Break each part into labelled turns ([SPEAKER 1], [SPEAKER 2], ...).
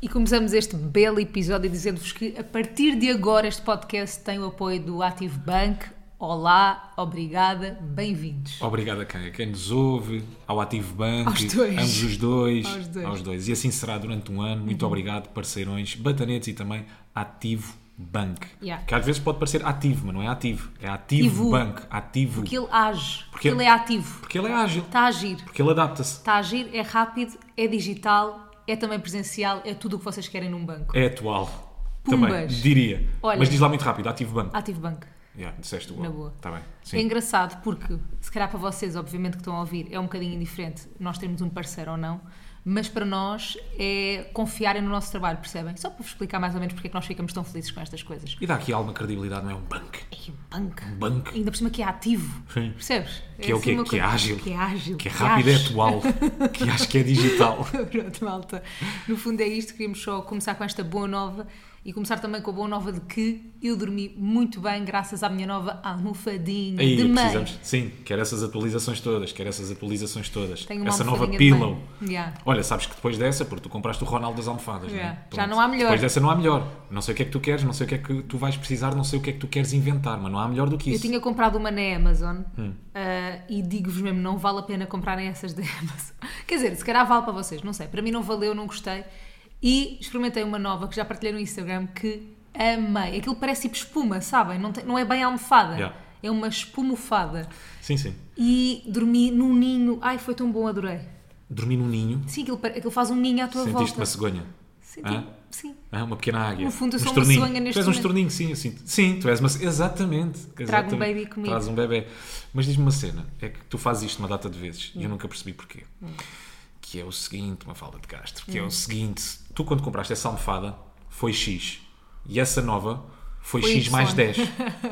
[SPEAKER 1] E começamos este belo episódio dizendo-vos que a partir de agora este podcast tem o apoio do Active Bank. Olá, obrigada, bem-vindos.
[SPEAKER 2] Obrigado a quem? A quem nos ouve, ao Ativo Banco,
[SPEAKER 1] Aos dois.
[SPEAKER 2] ambos os dois,
[SPEAKER 1] Aos dois. Uhum.
[SPEAKER 2] E assim será durante um ano. Muito obrigado, parceirões, batanetes e também Ativo Banco.
[SPEAKER 1] Yeah.
[SPEAKER 2] Que às vezes pode parecer ativo, mas não é ativo. É Ativo
[SPEAKER 1] Ivo.
[SPEAKER 2] Banco, ativo.
[SPEAKER 1] Porque ele age, porque
[SPEAKER 2] Porque-
[SPEAKER 1] ele é ativo,
[SPEAKER 2] Porque ele é ágil,
[SPEAKER 1] está a agir.
[SPEAKER 2] porque ele adapta-se.
[SPEAKER 1] Está a agir, é rápido, é digital, é também presencial, é tudo o que vocês querem num banco.
[SPEAKER 2] É atual.
[SPEAKER 1] Pumbas.
[SPEAKER 2] Também, diria.
[SPEAKER 1] Olha.
[SPEAKER 2] Mas diz lá muito rápido, Ativo Banco.
[SPEAKER 1] Ativo Banco.
[SPEAKER 2] Yeah, disseste o
[SPEAKER 1] Na boa.
[SPEAKER 2] Está bem.
[SPEAKER 1] É
[SPEAKER 2] Sim.
[SPEAKER 1] engraçado porque, se calhar para vocês, obviamente, que estão a ouvir, é um bocadinho indiferente nós termos um parceiro ou não, mas para nós é confiarem no nosso trabalho, percebem? Só para vos explicar mais ou menos porque é que nós ficamos tão felizes com estas coisas.
[SPEAKER 2] E dá aqui alguma credibilidade, não é? Um banco.
[SPEAKER 1] Ei, um banco!
[SPEAKER 2] Um banco.
[SPEAKER 1] Ainda por cima que é ativo,
[SPEAKER 2] Sim.
[SPEAKER 1] percebes?
[SPEAKER 2] Que é o
[SPEAKER 1] assim
[SPEAKER 2] quê?
[SPEAKER 1] uma
[SPEAKER 2] Que é
[SPEAKER 1] coisa-
[SPEAKER 2] ágil.
[SPEAKER 1] Que é ágil.
[SPEAKER 2] Que é rápido, é
[SPEAKER 1] age.
[SPEAKER 2] atual. que acho que é digital.
[SPEAKER 1] Pronto, malta. No fundo é isto, queríamos só começar com esta boa nova e começar também com a boa nova de que eu dormi muito bem graças à minha nova almofadinha
[SPEAKER 2] Aí,
[SPEAKER 1] de mãe.
[SPEAKER 2] precisamos. Sim, quero essas atualizações todas, quero essas atualizações todas.
[SPEAKER 1] Tenho uma
[SPEAKER 2] Essa nova
[SPEAKER 1] almofadinha de
[SPEAKER 2] pillow.
[SPEAKER 1] mãe. Yeah.
[SPEAKER 2] Olha, sabes que depois dessa, porque tu compraste o Ronaldo das almofadas,
[SPEAKER 1] Yeah.
[SPEAKER 2] né?
[SPEAKER 1] Já
[SPEAKER 2] Pronto.
[SPEAKER 1] não há melhor.
[SPEAKER 2] Depois dessa não há melhor. Não sei o que é que tu queres, não sei o que é que tu vais precisar, não sei o que é que tu queres inventar, mas não há melhor do que
[SPEAKER 1] Eu
[SPEAKER 2] isso.
[SPEAKER 1] tinha comprado uma na Amazon
[SPEAKER 2] Hum.
[SPEAKER 1] ah, e digo-vos mesmo, não vale a pena comprarem essas da Amazon. Quer dizer, se calhar vale para vocês, não sei. Para mim não valeu, não gostei. E experimentei uma nova que já partilhei no Instagram que amei. Aquilo parece tipo espuma, sabem? Não, tem- não é bem almofada.
[SPEAKER 2] Yeah.
[SPEAKER 1] É uma espumofada.
[SPEAKER 2] Sim, sim.
[SPEAKER 1] E dormi num ninho. Ai, foi tão bom, adorei.
[SPEAKER 2] Dormi num ninho,
[SPEAKER 1] Sim, aquilo, pare- aquilo faz um ninho à tua
[SPEAKER 2] sentiste
[SPEAKER 1] volta.
[SPEAKER 2] uma cegonha.
[SPEAKER 1] Senti-
[SPEAKER 2] assim? Hã?
[SPEAKER 1] Sim.
[SPEAKER 2] Ah, uma pequena águia.
[SPEAKER 1] No fundo, eu
[SPEAKER 2] um
[SPEAKER 1] sou uma
[SPEAKER 2] estorninho.
[SPEAKER 1] cegonha neste
[SPEAKER 2] Tu és um
[SPEAKER 1] momento.
[SPEAKER 2] estorninho, sim, assim. Sim, tu és uma. Exatamente. exatamente.
[SPEAKER 1] um baby comigo.
[SPEAKER 2] Traz um bebê. Mas diz-me uma cena: é que tu fazes isto uma data de vezes
[SPEAKER 1] Hum.
[SPEAKER 2] e eu nunca percebi porquê. Que é o seguinte, uma falda de Castro, que é
[SPEAKER 1] Hum.
[SPEAKER 2] o seguinte: tu quando compraste essa almofada foi X e essa nova. Foi,
[SPEAKER 1] Foi
[SPEAKER 2] X mais
[SPEAKER 1] Y.
[SPEAKER 2] 10.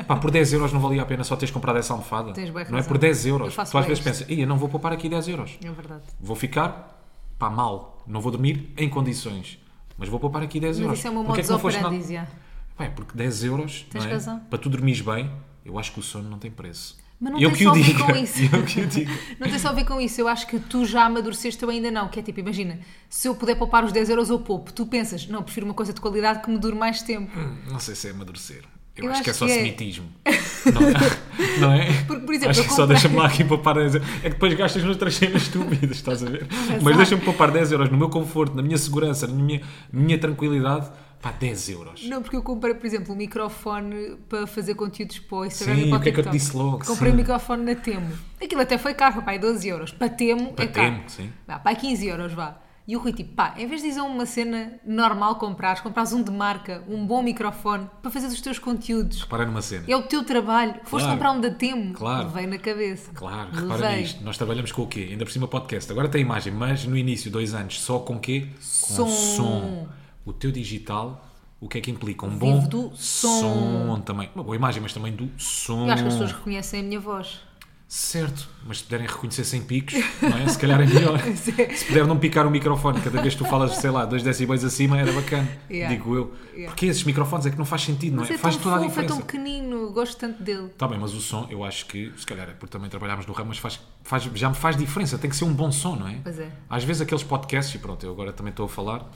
[SPEAKER 2] Pá, por 10 euros não valia a pena só teres comprado essa almofada.
[SPEAKER 1] Tens bué
[SPEAKER 2] não é
[SPEAKER 1] razão.
[SPEAKER 2] por 10
[SPEAKER 1] Eu
[SPEAKER 2] euros. Tu
[SPEAKER 1] faço
[SPEAKER 2] às
[SPEAKER 1] bué
[SPEAKER 2] vezes
[SPEAKER 1] isto.
[SPEAKER 2] pensas, "Ih, eu não vou poupar aqui 10 euros.
[SPEAKER 1] É verdade.
[SPEAKER 2] Vou ficar pá, mal, não vou dormir em condições, mas vou poupar aqui 10
[SPEAKER 1] Mas
[SPEAKER 2] euros.
[SPEAKER 1] isso é uma
[SPEAKER 2] Porque
[SPEAKER 1] modus
[SPEAKER 2] não foste
[SPEAKER 1] operandi,
[SPEAKER 2] nada-
[SPEAKER 1] já.
[SPEAKER 2] Pá, é porque 10 euros
[SPEAKER 1] Tens
[SPEAKER 2] não é?
[SPEAKER 1] razão.
[SPEAKER 2] para tu dormires bem, eu acho que o sono não tem preço.
[SPEAKER 1] Mas não
[SPEAKER 2] eu
[SPEAKER 1] tem
[SPEAKER 2] que
[SPEAKER 1] só
[SPEAKER 2] o
[SPEAKER 1] a ver
[SPEAKER 2] diga.
[SPEAKER 1] com isso.
[SPEAKER 2] Eu que o diga.
[SPEAKER 1] Não tem só a ver com isso, eu acho que tu já amadureceste, eu ainda não. Que é tipo, imagina, se eu puder poupar os 10 euros, eu poupo. Tu pensas, não, prefiro uma coisa de qualidade que me dure mais tempo.
[SPEAKER 2] Não sei se é amadurecer. Eu,
[SPEAKER 1] Eu
[SPEAKER 2] acho, que é
[SPEAKER 1] acho
[SPEAKER 2] só
[SPEAKER 1] que é.
[SPEAKER 2] semitismo. Não, não é?
[SPEAKER 1] Porque, por exemplo,
[SPEAKER 2] acho
[SPEAKER 1] eu
[SPEAKER 2] que
[SPEAKER 1] comprei-
[SPEAKER 2] só deixa-me lá aqui poupar 10 euros. É que depois gastas noutras cenas estúpidas, estás a ver? Mas deixa-me poupar 10 euros no meu conforto, na minha segurança, na minha, minha tranquilidade. Pá, 10 euros.
[SPEAKER 1] Não, porque eu comprei, por exemplo, um microfone para fazer conteúdos para o Instagram
[SPEAKER 2] Sim,
[SPEAKER 1] e para o
[SPEAKER 2] o que é que eu te
[SPEAKER 1] TikTok.
[SPEAKER 2] disse logo?
[SPEAKER 1] Comprei um
[SPEAKER 2] Sim.
[SPEAKER 1] microfone na Temo. Aquilo até foi caro, pai, 12 euros. Para Temo
[SPEAKER 2] Para
[SPEAKER 1] é caro.
[SPEAKER 2] Temo, sim.
[SPEAKER 1] Vá, pai, 15 euros, vá. E o Rui, tipo, pá, em vez de dizer uma cena normal comprares, comprares um de marca, um bom microfone, para fazer os teus conteúdos.
[SPEAKER 2] Repara numa cena.
[SPEAKER 1] É o teu trabalho. Foste
[SPEAKER 2] Claro.
[SPEAKER 1] comprar um da Temo.
[SPEAKER 2] Claro.
[SPEAKER 1] Levei na cabeça.
[SPEAKER 2] Claro, repara
[SPEAKER 1] Levei.
[SPEAKER 2] nisto. Nós trabalhamos com o quê? Ainda por cima podcast. Agora tem imagem, mas no início, dois anos, só com quê? Com
[SPEAKER 1] Som.
[SPEAKER 2] som. O teu digital, o que é que implica? Um bom
[SPEAKER 1] Vivo do som.
[SPEAKER 2] também. Uma boa imagem, mas também do som.
[SPEAKER 1] Eu acho que as pessoas reconhecem a minha voz.
[SPEAKER 2] Certo, mas se puderem reconhecer sem picos, não é? se calhar é melhor. se puder não picar o microfone cada vez que tu falas, sei lá, dois decibéis acima, era bacana,
[SPEAKER 1] Yeah.
[SPEAKER 2] digo eu.
[SPEAKER 1] Yeah.
[SPEAKER 2] Porque esses microfones é que não faz sentido, não
[SPEAKER 1] Mas
[SPEAKER 2] é?
[SPEAKER 1] é
[SPEAKER 2] Faz
[SPEAKER 1] tão
[SPEAKER 2] toda a
[SPEAKER 1] fofo, é
[SPEAKER 2] diferença.
[SPEAKER 1] tão pequenino. Gosto tanto dele.
[SPEAKER 2] Está Tá bem, mas o som, eu acho que, se calhar, é porque também trabalhámos no ramo, mas faz, faz- já me faz diferença. Tem que ser um bom som, não é?
[SPEAKER 1] Pois é.
[SPEAKER 2] Às vezes aqueles podcasts, e pronto, eu agora também estou a falar,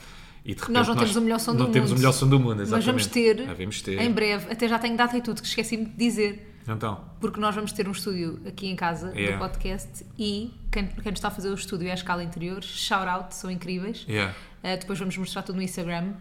[SPEAKER 2] e de repente
[SPEAKER 1] Nós não temos o melhor som do
[SPEAKER 2] não
[SPEAKER 1] mundo.
[SPEAKER 2] temos o melhor som do mundo,
[SPEAKER 1] Mas
[SPEAKER 2] exatamente.
[SPEAKER 1] vamos ter,
[SPEAKER 2] Ah, vamos ter.
[SPEAKER 1] em breve, até já tenho data e tudo, que esqueci-me de dizer,
[SPEAKER 2] Então,
[SPEAKER 1] porque nós vamos ter um estúdio aqui em casa
[SPEAKER 2] Yeah.
[SPEAKER 1] do podcast e quem, quem nos está a fazer o estúdio é a Escala Interior, shout out, são incríveis.
[SPEAKER 2] yeah.
[SPEAKER 1] Uh, depois vamos mostrar tudo no Instagram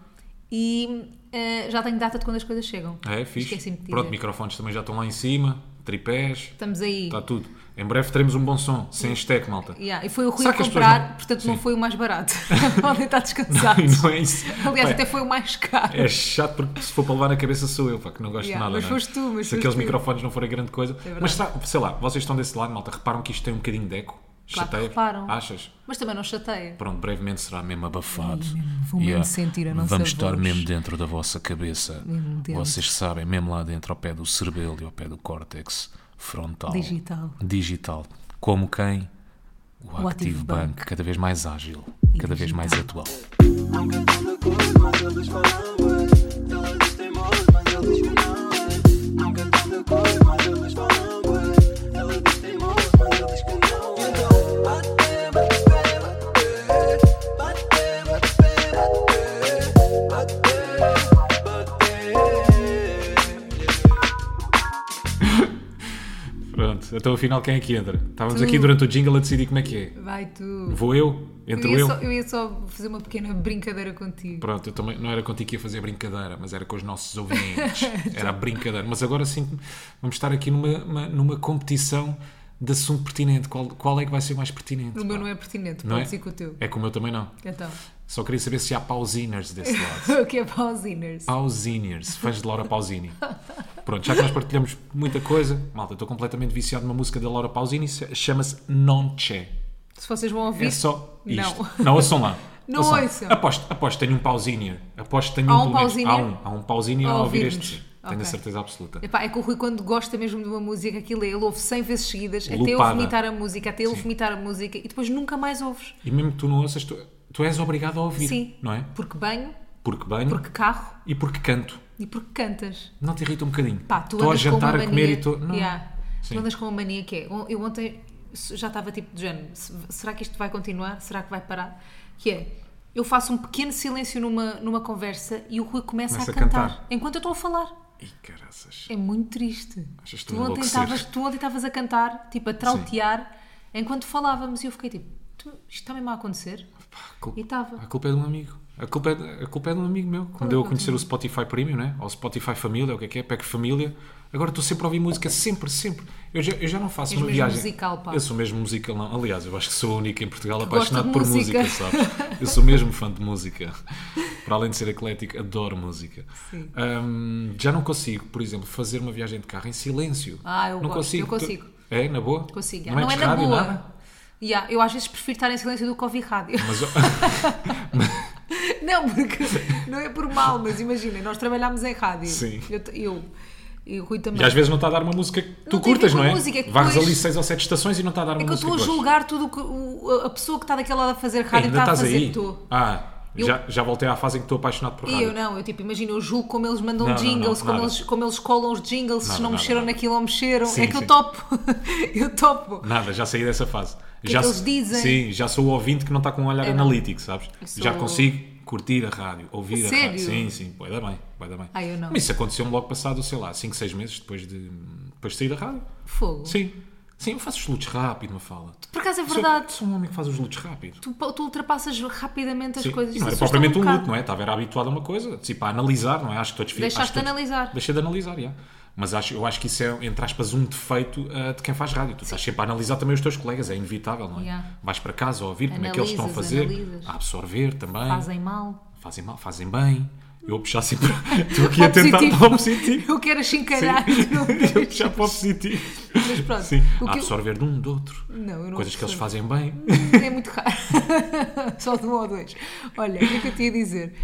[SPEAKER 1] e uh, já tenho data de quando as coisas chegam.
[SPEAKER 2] É, fixe.
[SPEAKER 1] Esqueci-me de dizer.
[SPEAKER 2] Pronto, microfones também já estão lá em cima, tripés,
[SPEAKER 1] Estamos aí.
[SPEAKER 2] está tudo. Em breve teremos um bom som, sem hashtag, malta.
[SPEAKER 1] Yeah, E foi o Rui
[SPEAKER 2] Será
[SPEAKER 1] a
[SPEAKER 2] que as pessoas
[SPEAKER 1] comprar,
[SPEAKER 2] não-
[SPEAKER 1] portanto não
[SPEAKER 2] Sim.
[SPEAKER 1] foi o mais barato. Podem estar descansados.
[SPEAKER 2] não é isso.
[SPEAKER 1] Aliás,
[SPEAKER 2] Bem,
[SPEAKER 1] até foi o mais caro.
[SPEAKER 2] É chato porque se for para levar na cabeça sou eu, pá, que não gosto
[SPEAKER 1] Yeah,
[SPEAKER 2] de nada.
[SPEAKER 1] mas
[SPEAKER 2] não é?
[SPEAKER 1] foste tu, mas
[SPEAKER 2] Se
[SPEAKER 1] foste
[SPEAKER 2] aqueles
[SPEAKER 1] tu. É
[SPEAKER 2] microfones não forem grande coisa.
[SPEAKER 1] verdade.
[SPEAKER 2] mas será- sei lá, vocês estão desse lado, malta, reparam que isto tem um bocadinho de eco.
[SPEAKER 1] Claro que
[SPEAKER 2] Chateia.
[SPEAKER 1] reparam.
[SPEAKER 2] Achas?
[SPEAKER 1] Mas também não chateia.
[SPEAKER 2] Pronto, brevemente será mesmo abafado.
[SPEAKER 1] vou mesmo sentir a nossa
[SPEAKER 2] Vamos estar
[SPEAKER 1] voz.
[SPEAKER 2] mesmo dentro da vossa cabeça.
[SPEAKER 1] Mesmo dentro.
[SPEAKER 2] Vocês sabem, mesmo lá dentro, ao pé do cerebelo e ao pé do córtex frontal.
[SPEAKER 1] Digital.
[SPEAKER 2] Digital. Como quem? O, Active,
[SPEAKER 1] Active
[SPEAKER 2] Bank.
[SPEAKER 1] Bank.
[SPEAKER 2] Cada vez mais ágil. cada vez mais atual.
[SPEAKER 3] Não cantam de cores, mas eles falam bué. Eles têm moços, mas eles que não é. Não cantam de cores, mas eles falam bué. Eles têm moços, mas eles que não é. Então, bate, bate, bate, bate. Bate, bate, bate, bate.
[SPEAKER 2] Exatamente. Então, afinal, quem é que entra? Estávamos
[SPEAKER 1] Tu.
[SPEAKER 2] aqui durante o jingle a decidir como é que é.
[SPEAKER 1] Vai tu.
[SPEAKER 2] Vou eu?
[SPEAKER 1] Eu
[SPEAKER 2] Entro
[SPEAKER 1] ia,
[SPEAKER 2] eu?
[SPEAKER 1] só, eu ia só fazer uma pequena brincadeira contigo.
[SPEAKER 2] Pronto, eu também não era contigo que ia fazer brincadeira, mas era com os nossos ouvintes. Era a brincadeira. Mas agora sim vamos estar aqui numa, uma- numa competição de assunto pertinente. Qual, qual é que vai ser mais pertinente?
[SPEAKER 1] O meu
[SPEAKER 2] pá?
[SPEAKER 1] não é pertinente,
[SPEAKER 2] Não
[SPEAKER 1] pode
[SPEAKER 2] é?
[SPEAKER 1] ser que o teu.
[SPEAKER 2] É que o meu também não.
[SPEAKER 1] Então,
[SPEAKER 2] Só queria saber se há pausiners desse lado.
[SPEAKER 1] o que é pausiners?
[SPEAKER 2] Ah. Pausiners, fãs de Laura Pausini. Pronto, já que nós partilhamos muita coisa, malta, estou completamente viciado numa música da Laura Pausini, se- chama-se Non C'è.
[SPEAKER 1] Se vocês vão ouvir.
[SPEAKER 2] É só
[SPEAKER 1] Não.
[SPEAKER 2] isto. Não, ouçam lá.
[SPEAKER 1] Não ouçam.
[SPEAKER 2] Aposto, aposto, tenho um pausinier. Aposto, tenho
[SPEAKER 1] Há um
[SPEAKER 2] um, pelo menos.
[SPEAKER 1] pausinier?
[SPEAKER 2] Há um, há um pausinier
[SPEAKER 1] A
[SPEAKER 2] a ouvir
[SPEAKER 1] ouvir-nos.
[SPEAKER 2] este. Tenho
[SPEAKER 1] Ok.
[SPEAKER 2] a certeza absoluta.
[SPEAKER 1] Epá, é que o Rui, quando gosta mesmo de uma música, aquilo é, ele ouve 100 vezes seguidas, até eu
[SPEAKER 2] Lupada.
[SPEAKER 1] vomitar a música, até ele vomitar a música e depois nunca mais ouves.
[SPEAKER 2] E mesmo que tu não ouças, tu, tu és obrigado a ouvir.
[SPEAKER 1] Sim.
[SPEAKER 2] Não é? Hum?
[SPEAKER 1] Porque banho,
[SPEAKER 2] Porque banho
[SPEAKER 1] porque carro
[SPEAKER 2] e porque canto.
[SPEAKER 1] e porque cantas.
[SPEAKER 2] Não te irrita um bocadinho.
[SPEAKER 1] Pá, tu
[SPEAKER 2] Estou a
[SPEAKER 1] andas com uma
[SPEAKER 2] jantar, a
[SPEAKER 1] mania.
[SPEAKER 2] comer e estou. Não.
[SPEAKER 1] Yeah. Tu
[SPEAKER 2] Sim.
[SPEAKER 1] andas com uma mania que é. Eu ontem já estava tipo de género: se- será que isto vai continuar? Será que vai parar? Que é. Eu faço um pequeno silêncio numa, numa conversa e o Rui começa
[SPEAKER 2] Começa
[SPEAKER 1] a
[SPEAKER 2] a
[SPEAKER 1] cantar,
[SPEAKER 2] cantar.
[SPEAKER 1] enquanto eu estou a falar.
[SPEAKER 2] Ih, caraças.
[SPEAKER 1] É muito triste.
[SPEAKER 2] Achas que
[SPEAKER 1] Tu
[SPEAKER 2] estou a
[SPEAKER 1] ontem,
[SPEAKER 2] enlouquecer.
[SPEAKER 1] estavas, tu ontem estavas a cantar, tipo a trautear, enquanto falávamos e eu fiquei tipo: tu, isto está mesmo a acontecer?
[SPEAKER 2] Pá, cul-
[SPEAKER 1] E tava.
[SPEAKER 2] A culpa é de um amigo. A culpa é de, a culpa é de um amigo meu. Quando eu a conhecer o Spotify Premium, né? ou Spotify Família, ou o que é que é, Pack Família, agora estou sempre a ouvir música, sempre, sempre. Eu já, eu já não faço
[SPEAKER 1] És
[SPEAKER 2] uma
[SPEAKER 1] mesmo
[SPEAKER 2] viagem.
[SPEAKER 1] musical, pá.
[SPEAKER 2] Eu sou mesmo musical, não. Aliás, eu acho que sou a única em Portugal
[SPEAKER 1] gosta
[SPEAKER 2] apaixonado
[SPEAKER 1] de
[SPEAKER 2] por
[SPEAKER 1] música.
[SPEAKER 2] música, sabes? Eu sou mesmo fã de música. Para além de ser eclético, adoro música.
[SPEAKER 1] Sim.
[SPEAKER 2] Ahm, já não consigo, por exemplo, fazer uma viagem de carro em silêncio.
[SPEAKER 1] Ah, eu
[SPEAKER 2] não
[SPEAKER 1] gosto, eu
[SPEAKER 2] Tu-
[SPEAKER 1] consigo.
[SPEAKER 2] É, na boa?
[SPEAKER 1] Consigo.
[SPEAKER 2] Não, é, de rádio, nada?
[SPEAKER 1] Yeah, eu às vezes prefiro estar em silêncio do que ouvir rádio.
[SPEAKER 2] Mas,
[SPEAKER 1] Não, porque não é por mal, mas imagina, nós trabalhámos em rádio.
[SPEAKER 2] Sim.
[SPEAKER 1] Eu, t- eu e o Rui também.
[SPEAKER 2] E às vezes não está a dar uma música que tu
[SPEAKER 1] Não tem a ver
[SPEAKER 2] curtas,
[SPEAKER 1] com
[SPEAKER 2] não é?
[SPEAKER 1] música, é que
[SPEAKER 2] Varres
[SPEAKER 1] depois-
[SPEAKER 2] ali seis ou sete estações e não está a dar uma
[SPEAKER 1] é que eu
[SPEAKER 2] música.
[SPEAKER 1] estou a
[SPEAKER 2] gostas.
[SPEAKER 1] julgar tudo o que o- a pessoa que está daquele lado a fazer rádio
[SPEAKER 2] Ainda
[SPEAKER 1] está a
[SPEAKER 2] estás
[SPEAKER 1] fazer.
[SPEAKER 2] aí?
[SPEAKER 1] Estou.
[SPEAKER 2] Ah,
[SPEAKER 1] Eu-
[SPEAKER 2] já, já voltei à fase em que estou apaixonado por
[SPEAKER 1] E
[SPEAKER 2] rádio.
[SPEAKER 1] eu não, eu tipo, imagina, eu julgo como eles mandam
[SPEAKER 2] Não, não, não,
[SPEAKER 1] jingles, como,
[SPEAKER 2] nada.
[SPEAKER 1] eles, como eles colam os jingles, se
[SPEAKER 2] Nada,
[SPEAKER 1] não
[SPEAKER 2] nada,
[SPEAKER 1] mexeram
[SPEAKER 2] nada.
[SPEAKER 1] naquilo ou mexeram.
[SPEAKER 2] Sim,
[SPEAKER 1] é que eu
[SPEAKER 2] sim.
[SPEAKER 1] topo. eu topo.
[SPEAKER 2] Nada, já saí dessa fase.
[SPEAKER 1] é
[SPEAKER 2] já
[SPEAKER 1] que
[SPEAKER 2] se-
[SPEAKER 1] eles dizem?
[SPEAKER 2] Sim, já sou o ouvinte que não está com um olhar
[SPEAKER 1] não.
[SPEAKER 2] analítico, sabes?
[SPEAKER 1] sou-
[SPEAKER 2] Já consigo curtir a rádio, ouvir a,
[SPEAKER 1] Sério?
[SPEAKER 2] rádio. Sim, sim, vai dar bem, vai dar bem.
[SPEAKER 1] Ah, eu não.
[SPEAKER 2] Mas isso aconteceu-me logo passado, sei lá, 5, 6 meses depois de, depois de sair da rádio.
[SPEAKER 1] Fogo.
[SPEAKER 2] Sim, sim, eu faço os lutos rápido, uma fala.
[SPEAKER 1] Por acaso é verdade.
[SPEAKER 2] Sou, sou um homem que faz os lutos rápido.
[SPEAKER 1] Tu, tu ultrapassas rapidamente as
[SPEAKER 2] Sim,
[SPEAKER 1] coisas.
[SPEAKER 2] e não era
[SPEAKER 1] Isso assusta
[SPEAKER 2] propriamente um,
[SPEAKER 1] bocado.
[SPEAKER 2] luto, não é? Estava era habituado a uma coisa, tipo, a analisar, não é? Acho que estou desfi-
[SPEAKER 1] Deixaste
[SPEAKER 2] acho que
[SPEAKER 1] de
[SPEAKER 2] estou-
[SPEAKER 1] analisar.
[SPEAKER 2] Deixei de analisar, já. Mas acho, eu acho que isso é, entre aspas, um defeito ah, de quem faz rádio. Tu estás sempre a analisar também os teus colegas, é inevitável, não é?
[SPEAKER 1] Yeah.
[SPEAKER 2] Vais para casa a ouvir como é que eles estão a
[SPEAKER 1] Analisas,
[SPEAKER 2] fazer,
[SPEAKER 1] analisas.
[SPEAKER 2] a absorver também, fazem.
[SPEAKER 1] Fazem mal.
[SPEAKER 2] mal, fazem bem. Eu a puxar sempre. Estou aqui
[SPEAKER 1] Para
[SPEAKER 2] a
[SPEAKER 1] o
[SPEAKER 2] tentar
[SPEAKER 1] positivo.
[SPEAKER 2] para o positivo.
[SPEAKER 1] Eu quero é
[SPEAKER 2] Sim.
[SPEAKER 1] achincalhar.
[SPEAKER 2] eu a puxar para o positivo.
[SPEAKER 1] Mas pronto.
[SPEAKER 2] Sim,
[SPEAKER 1] o
[SPEAKER 2] a
[SPEAKER 1] que eu-
[SPEAKER 2] absorver de um, do outro.
[SPEAKER 1] Não, eu não
[SPEAKER 2] Coisas que eles
[SPEAKER 1] absorvo.
[SPEAKER 2] fazem bem.
[SPEAKER 1] É muito raro. Só de um ou dois. Olha, o que é que eu te ia dizer?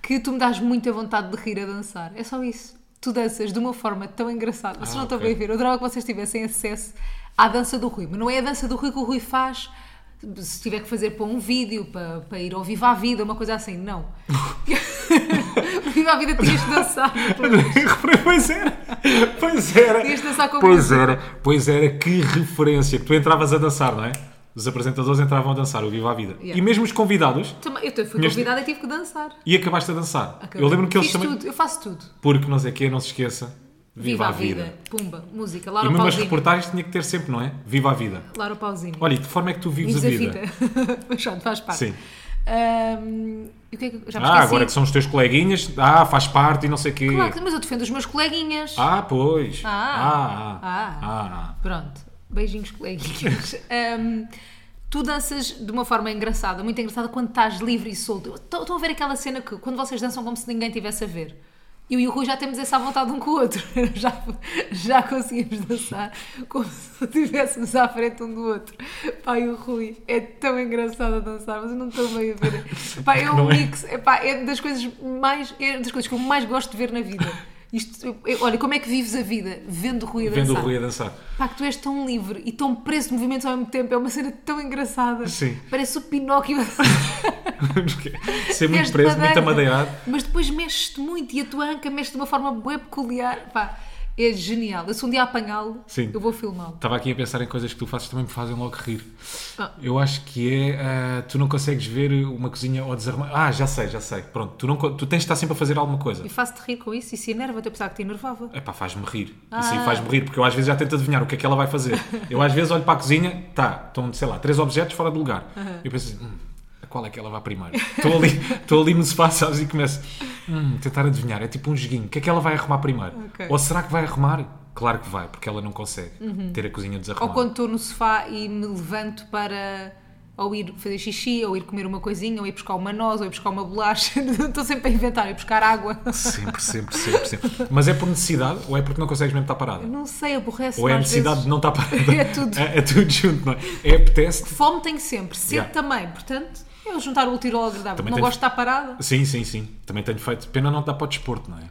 [SPEAKER 1] Que tu me dás muita vontade de rir a dançar. É só isso. Tu danças de uma forma tão engraçada. Vocês
[SPEAKER 2] Ah,
[SPEAKER 1] não estão
[SPEAKER 2] ok.
[SPEAKER 1] bem a ver. Eu adorava que vocês tivessem acesso à dança do Rui. Mas não é a dança do Rui que o Rui faz se tiver que fazer para um vídeo, para, para ir ao Viva a Vida, uma coisa assim. Não. O Viva a Vida tinhas de dançar.
[SPEAKER 2] pois era, pois era.
[SPEAKER 1] Tinhas de dançar com a
[SPEAKER 2] pois
[SPEAKER 1] música.
[SPEAKER 2] era, pois era, que referência. Que tu entravas a dançar, não é? Os apresentadores entravam a dançar, o Viva a Vida.
[SPEAKER 1] Yeah.
[SPEAKER 2] E mesmo os convidados,
[SPEAKER 1] Também- Eu fui
[SPEAKER 2] Tinhas de-
[SPEAKER 1] convidada e tive que dançar.
[SPEAKER 2] e acabaste a dançar.
[SPEAKER 1] Acabei.
[SPEAKER 2] Eu lembro que eles
[SPEAKER 1] Fiz
[SPEAKER 2] também.
[SPEAKER 1] tudo, eu faço tudo.
[SPEAKER 2] Porque não sei o quê, não se esqueça. Viva, a vida.
[SPEAKER 1] Pumba, música.
[SPEAKER 2] E
[SPEAKER 1] Laura
[SPEAKER 2] mesmo as
[SPEAKER 1] Pausini.
[SPEAKER 2] reportagens tinha que ter sempre, não é? Viva a vida.
[SPEAKER 1] Laura Pausini.
[SPEAKER 2] Olha, e de que forma é que tu vives,
[SPEAKER 1] Vives
[SPEAKER 2] a vida?
[SPEAKER 1] Mas pronto, faz parte.
[SPEAKER 2] Sim.
[SPEAKER 1] Ahm, e o que é que- já me
[SPEAKER 2] Ah,
[SPEAKER 1] esqueci.
[SPEAKER 2] agora que são os teus coleguinhas, ah, faz parte e não sei o quê.
[SPEAKER 1] Claro que- mas eu defendo os meus coleguinhas.
[SPEAKER 2] Ah, pois.
[SPEAKER 1] Ah.
[SPEAKER 2] ah,
[SPEAKER 1] Ah.
[SPEAKER 2] ah. ah.
[SPEAKER 1] Pronto, beijinhos coleguinhas. Ahm, tu danças de uma forma engraçada, muito engraçada, quando estás livre e solto. Estão estão a ver aquela cena que quando vocês dançam como se ninguém estivesse a ver. Eu e o Rui já temos essa vontade um com o outro. Já, já conseguimos dançar como se estivéssemos à frente um do outro. Pai, o Rui é tão engraçado a dançar, mas eu não estou bem a ver. Pá, é um
[SPEAKER 2] Não é?
[SPEAKER 1] mix, é, pá, é das coisas mais, é das coisas que eu mais gosto de ver na vida. Isto, eu- eu- olha, como é que vives a vida? Vendo o Rui a dançar.
[SPEAKER 2] Vendo o Rui a dançar.
[SPEAKER 1] Pá, que tu és tão livre e tão preso de movimentos ao mesmo tempo. É uma cena tão engraçada.
[SPEAKER 2] Sim.
[SPEAKER 1] Parece o Pinóquio.
[SPEAKER 2] Ser
[SPEAKER 1] És
[SPEAKER 2] muito
[SPEAKER 1] de
[SPEAKER 2] preso, muito
[SPEAKER 1] madeira.
[SPEAKER 2] amadeirado.
[SPEAKER 1] Mas depois mexes-te muito e a tua anca mexe de uma forma bem peculiar. Pá, é genial. Eu se um dia apanhá-lo,
[SPEAKER 2] Sim.
[SPEAKER 1] eu vou filmá-lo.
[SPEAKER 2] Estava aqui a pensar em coisas que tu fazes que também me fazem logo rir.
[SPEAKER 1] Ah.
[SPEAKER 2] Eu acho que é. ah, tu não consegues ver uma cozinha ou desarmar. Ah, já sei, já sei. Pronto, tu, não, co- tu tens de estar sempre a fazer alguma coisa.
[SPEAKER 1] E faço-te rir com isso e se enerva-te, eu pensava que te enervava.
[SPEAKER 2] Epá, faz-me rir.
[SPEAKER 1] Ah.
[SPEAKER 2] Isso aí faz-me rir, porque eu às vezes já tento adivinhar o que é que ela vai fazer. Eu às vezes olho para a cozinha, tá, estão, sei lá, três objetos fora do lugar. Eu penso assim, hum, a qual é que ela vai primeiro? Estou ali, estou ali no sofá, sabes, e começo, hum, tentar adivinhar. É tipo um joguinho. O que é que ela vai arrumar primeiro?
[SPEAKER 1] Ok.
[SPEAKER 2] Ou será que vai arrumar? Claro que vai, porque ela não consegue ter a cozinha desarrumada.
[SPEAKER 1] Uhum. Ou quando estou no sofá e me levanto para ou ir fazer xixi, ou ir comer uma coisinha, ou ir buscar uma noz, ou ir buscar uma bolacha. Estou sempre a inventar, ir buscar água.
[SPEAKER 2] Sempre, sempre, sempre, sempre. Mas é por necessidade ou é porque não consegues mesmo estar parada?
[SPEAKER 1] Não sei, aborrece
[SPEAKER 2] Ou é a necessidade de não estar parada?
[SPEAKER 1] É tudo.
[SPEAKER 2] É, é tudo junto, não é? É apetece
[SPEAKER 1] Fome tenho sempre, sede
[SPEAKER 2] Yeah.
[SPEAKER 1] também, portanto, eu juntar o útil ao agradável.
[SPEAKER 2] Também
[SPEAKER 1] não
[SPEAKER 2] tens-
[SPEAKER 1] gosto de estar parada,
[SPEAKER 2] Sim, sim, sim. Também tenho feito. Pena não te dá para o desporto, não é?